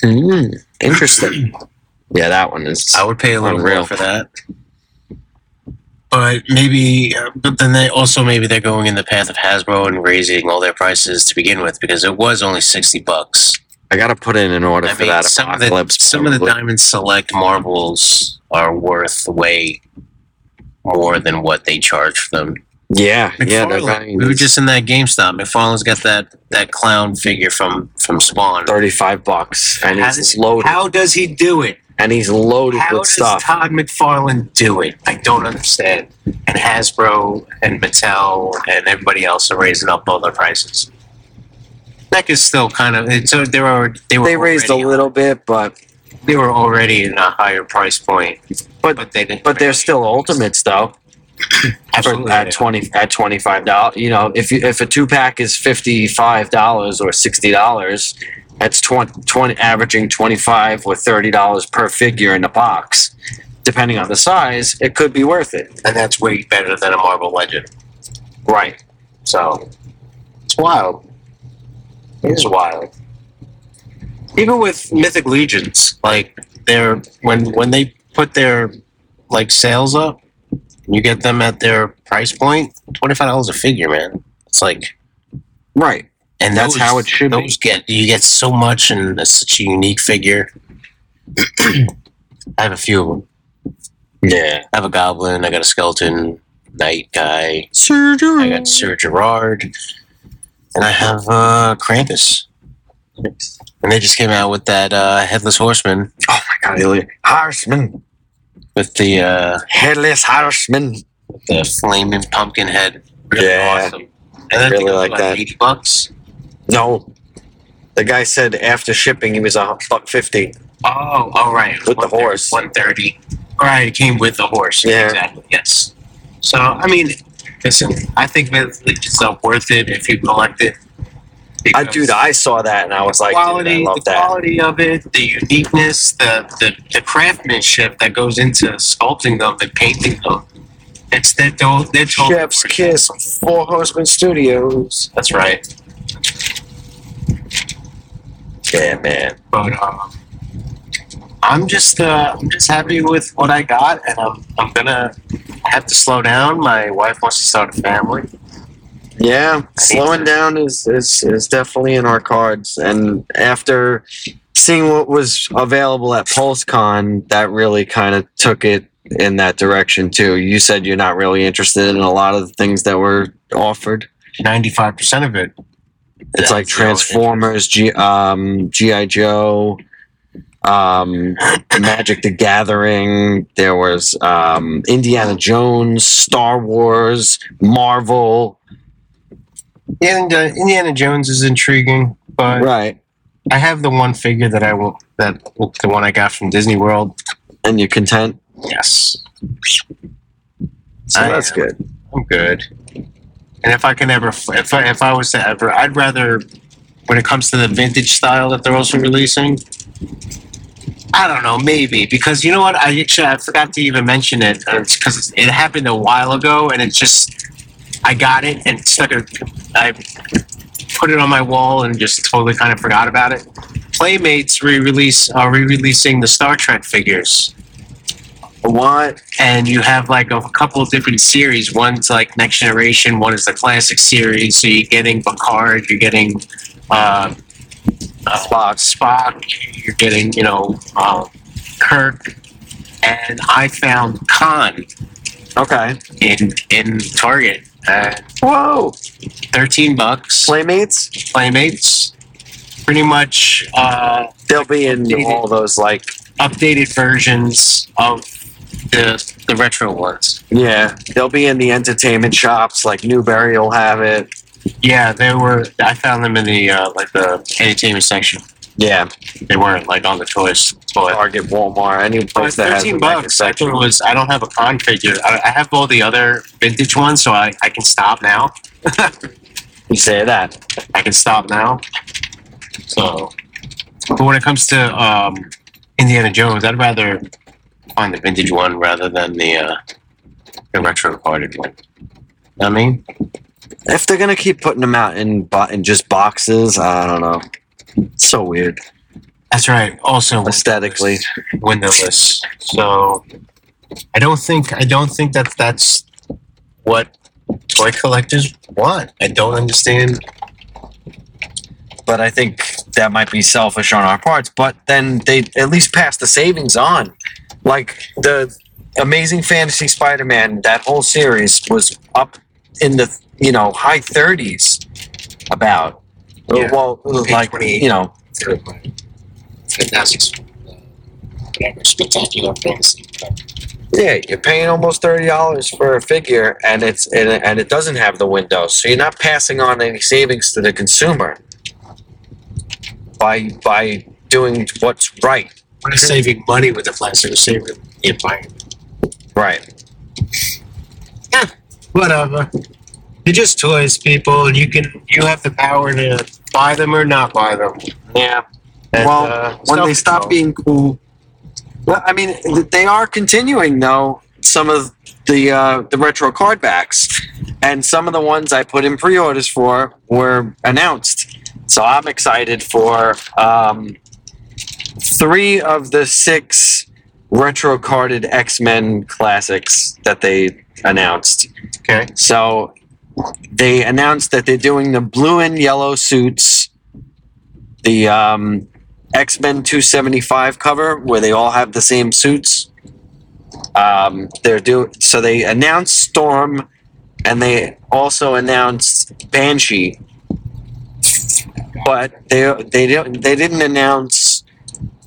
Mm. Interesting. yeah, that one is.
I would pay a little
Unreal.
more for that. But maybe uh, but then they also maybe they're going in the path of Hasbro and raising all their prices to begin with because it was only 60 bucks.
I gotta put in an order
I
for
mean,
that
some of the
apocalypse.
some of the
probably.
Diamond Select marbles are worth way
more than what they charge for them.
Yeah, yeah, they're
McFarlane.
buying
We were just in that GameStop. McFarlane's got that that clown figure from from Spawn.
Thirty-five bucks, and
How
he's
does-
loaded.
How does he do it?
And he's loaded
How
with
does
stuff.
Todd McFarlane do it? I don't understand. And Hasbro and Mattel and everybody else are raising up all their prices. Neck is still kind of it's Uh, so they were they were
They raised a
already-
little bit, but
they were already in a higher price point.
But-
they didn't.
but they're still ultimates though. For, at twenty at twenty five dollars, you know, if you, if a two pack is fifty five dollars or sixty dollars, that's 20, 20 averaging twenty five or thirty dollars per figure in the box. Depending on the size, it could be worth it.
and that's way better than a Marvel Legend.
Right.
So it's wild. It's wild. Even with Mythic Legions, like they're when when they put their like sales up, you get them at their price point, twenty five dollars a figure, man. It's like
Right.
and
That's how it should be.
those get you get so much and it's such a unique figure. I have a few of them.
Yeah.
I have a goblin. I got a skeleton knight guy.
Sir
I got Sir Gerard, and I have uh, Krampus. And they just came out with that uh, headless horseman
Oh my god, Harshman.
with the uh,
Headless Harshman.
the flaming pumpkin head.
Yeah.
awesome. And I
Really
think it was
like that.
Eighty bucks.
No. The guy said after shipping he was a buck fifty.
Oh, all right.
With the horse.
one thirty. All right, it came with the horse.
Yeah.
exactly. Yes. So I mean, listen, I think that it's not worth it if you collect it.
I dude, I saw that and I was like,
quality,
dude, I love
the
that.
quality of it, the uniqueness, the, the the craftsmanship that goes into sculpting them and painting them. It's that they're, they're totally
Chef's
worth it.
Kiss, Four Horsemen Studios.
That's right.
Yeah, man.
But um, I'm just uh, I'm just happy with what I got, and I'm I'm gonna have to slow down. My wife wants to start a family.
Yeah, slowing down is, is is definitely in our cards. And after seeing what was available at PulseCon, that really kind of took it in that direction too. You said you're not really interested in a lot of the things that were offered.
Ninety five percent of it.
It's like
That's really
Transformers, G, um, GI Joe, um, Magic the Gathering. There was um, Indiana Jones, Star Wars, Marvel.
And uh, Indiana Jones is intriguing, but
Right,
I have the one figure that I will that the one I got from Disney World.
and you're content.
Yes,
So
I
that's
am.
good.
I'm good. And if I can ever, if I, if I was to ever, I'd rather, when it comes to the vintage style that they're also releasing, I don't know, maybe because you know what? I actually I forgot to even mention it uh, because it happened a while ago, and it's just I got it and stuck it. I put it on my wall and just totally kind of forgot about it. Playmates re-release are re-releasing the Star Trek figures
What?
and you have like a couple of different series. One's like Next Generation, one is the classic series. So you're getting Picard, you're getting uh, uh, Spock. you're getting you know uh, Kirk, and I found Khan
Okay.
in in Target at
Whoa!
thirteen bucks.
Playmates.
Playmates, pretty much uh,
They'll be in
Updated.
all those like
updated versions of the the retro ones.
yeah. They'll be in the entertainment shops. Like Newberry will have it.
Yeah, they were. I found them in the uh, like the entertainment section.
Yeah.
They weren't like on the toys toy.
Target, Walmart, any place Oh, that has a
Thirteen bucks. I
section.
thought it was. I don't have a con figure. I, I have all the other vintage ones, so I, I can stop now.
You say that.
I can stop now. So, but when it comes to um, Indiana Jones, I'd rather find the vintage one rather than the uh, the retro carded one. I mean,
If they're gonna keep putting them out in bo- in just boxes, I don't know. It's so weird
that's right. Also,
aesthetically.
windowless. So I don't think I don't think that that's what toy collectors want. I don't understand.
But I think that might be selfish on our parts. But then they at least pass the savings on, like the Amazing Fantasy Spider-Man, that whole series was up in the you know high thirties about.
Yeah.
Oh, Well, it was like you know,
Fantastic. Whatever, spectacular fantasy.
yeah, you're paying almost thirty dollars for a figure, and it's and, it- and it doesn't have the window, so you're not passing on any savings to the consumer by by doing what's right.
We're saving money with the flash. We're saving the environment.
Right.
Whatever. They're just toys, people, and you can you have the power to buy them or not buy them.
Yeah.
And,
well,
uh,
when they stop
self-control.
being cool. Well, I mean, th- they are continuing though some of the uh, the retro card backs, and some of the ones I put in pre-orders for were announced. So I'm excited for um, three of the six retro carded X Men classics that they announced.
Okay.
So they announced that they're doing the blue and yellow suits, the um, X Men 275 cover where they all have the same suits. Um, they're do so they announced Storm, and they also announced Banshee. But they they don't they didn't announce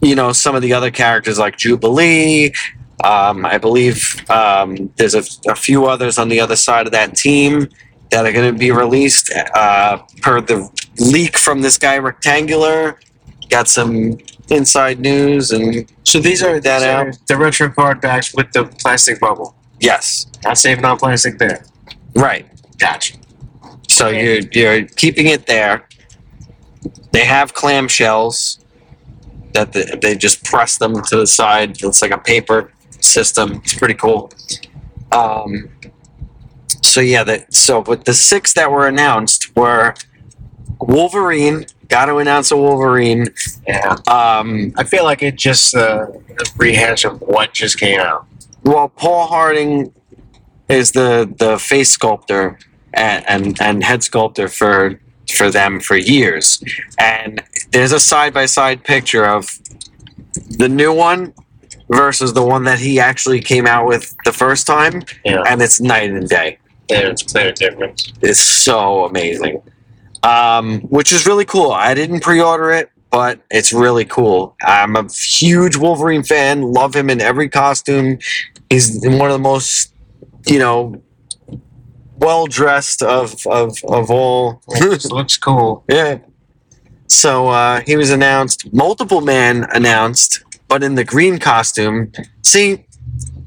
you know some of the other characters like Jubilee. Um, I believe um, there's a, a few others on the other side of that team that are going to be released uh, per the leak from this guy Rectangular. Got some inside news and
So these are
that out.
the retro card backs with the plastic bubble.
Yes,
Not saving on plastic there.
right.
Gotcha.
So you're you're keeping it there. They have clamshells that the, they just press them to the side. It's like a paper system. It's pretty cool. Um, so yeah, that so but the six that were announced were Wolverine. Got to announce a Wolverine.
Yeah.
Um,
I feel like it just uh, a rehash of what just came out.
well, Paul Harding is the the face sculptor and and, and head sculptor for for them for years. And there's a side by side picture of the new one versus the one that he actually came out with the first time,
Yeah.
and it's night and day.
There's clear difference.
It's so amazing, um, which is really cool. I didn't pre-order it, but it's really cool. I'm a huge Wolverine fan. Love him in every costume. He's one of the most, you know, well dressed of of of all.
This looks cool.
yeah. So uh, he was announced. Multiple man announced, but in the green costume. See,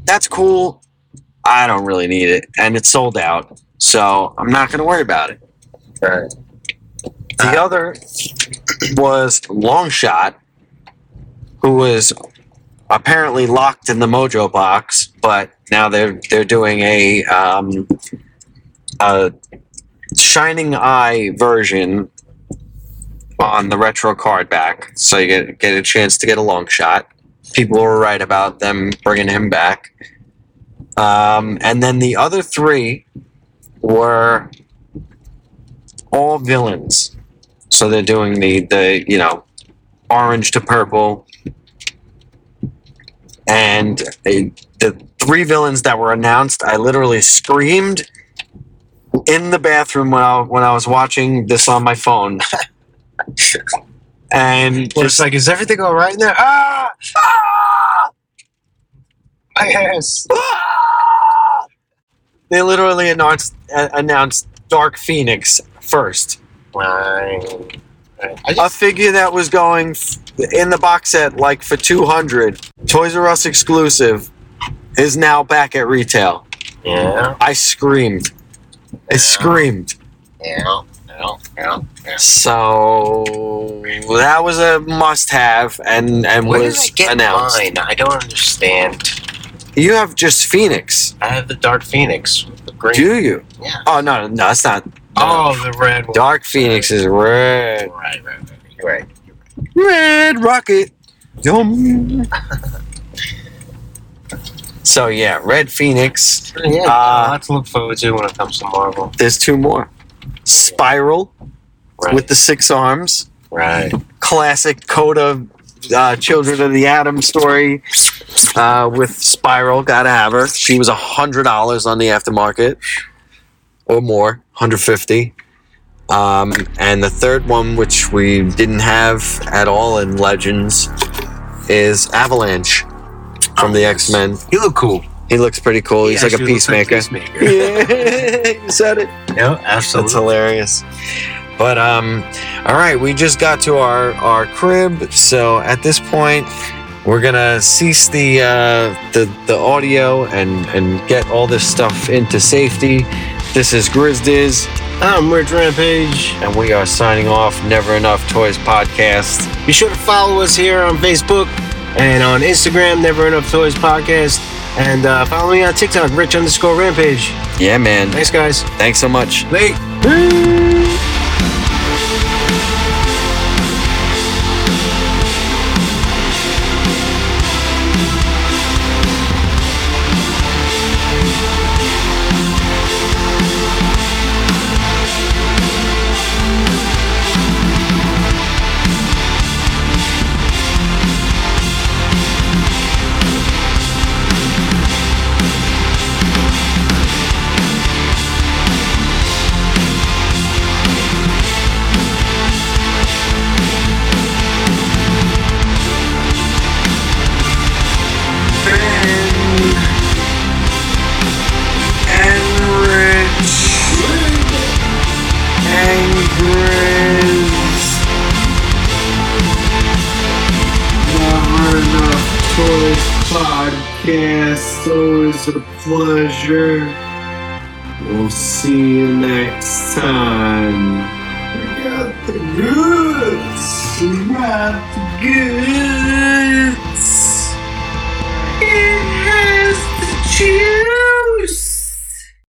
that's cool. I don't really need it, and it's sold out. So I'm not going to worry about it.
Right.
The other was Longshot, who was apparently locked in the Mojo box, but now they're they're doing a um, a Shining Eye version on the retro card back, so you get get a chance to get a long shot. People were right about them bringing him back, um, and then the other three were all villains. So they're doing the the you know orange to purple, and they, the three villains that were announced. I literally screamed in the bathroom when I when I was watching this on my phone, and
It's like, is everything all right in there? Ah! Ah! My ass.
Ah! they literally announced uh, announced Dark Phoenix first.
Right. I
a figure that was going f- in the box set like for 200 toys r us exclusive is now back at retail
Yeah.
i screamed i screamed
Yeah. Yeah. Yeah.
so that was a must have and and
Where did I
was
get
announced
mine? I don't understand.
you have just phoenix
I have the Dark Phoenix. The green.
do you
Yeah.
oh no no that's not no.
Oh, the red one.
dark phoenix is red
Right, right, right. You're right.
red rocket Yum. so yeah red phoenix
Yeah,
Uh,
a lot to look forward to when it comes to Marvel.
There's two more. Spiral
Right.
with the six arms.
right.
Classic Coda uh, Children of the Atom story.
Uh, with Spiral, gotta have her. She was hundred dollars on the aftermarket, or more, hundred fifty. Um, and the third one, which we didn't have at all in Legends, is Avalanche from the X Men. He look cool. Oh, He looks pretty cool. He's like a peacemaker. yeah, you said it.
Yeah,
That's hilarious. But um, all right, we just got to our our crib, so at this point, we're gonna cease the uh, the the audio and and get all this stuff into safety. This is Grizdiz.
I'm Rich Rampage.
And we are signing off. Never Enough Toys podcast.
Be sure to follow us here on Facebook and on Instagram, Never Enough Toys Podcast. And uh, follow me on TikTok, Rich underscore Rampage.
Yeah, man.
Thanks, guys.
Thanks so much.
Late.
Podcast. Always a pleasure. We'll see you next time. We got the goods. We got the goods. It has the cheese.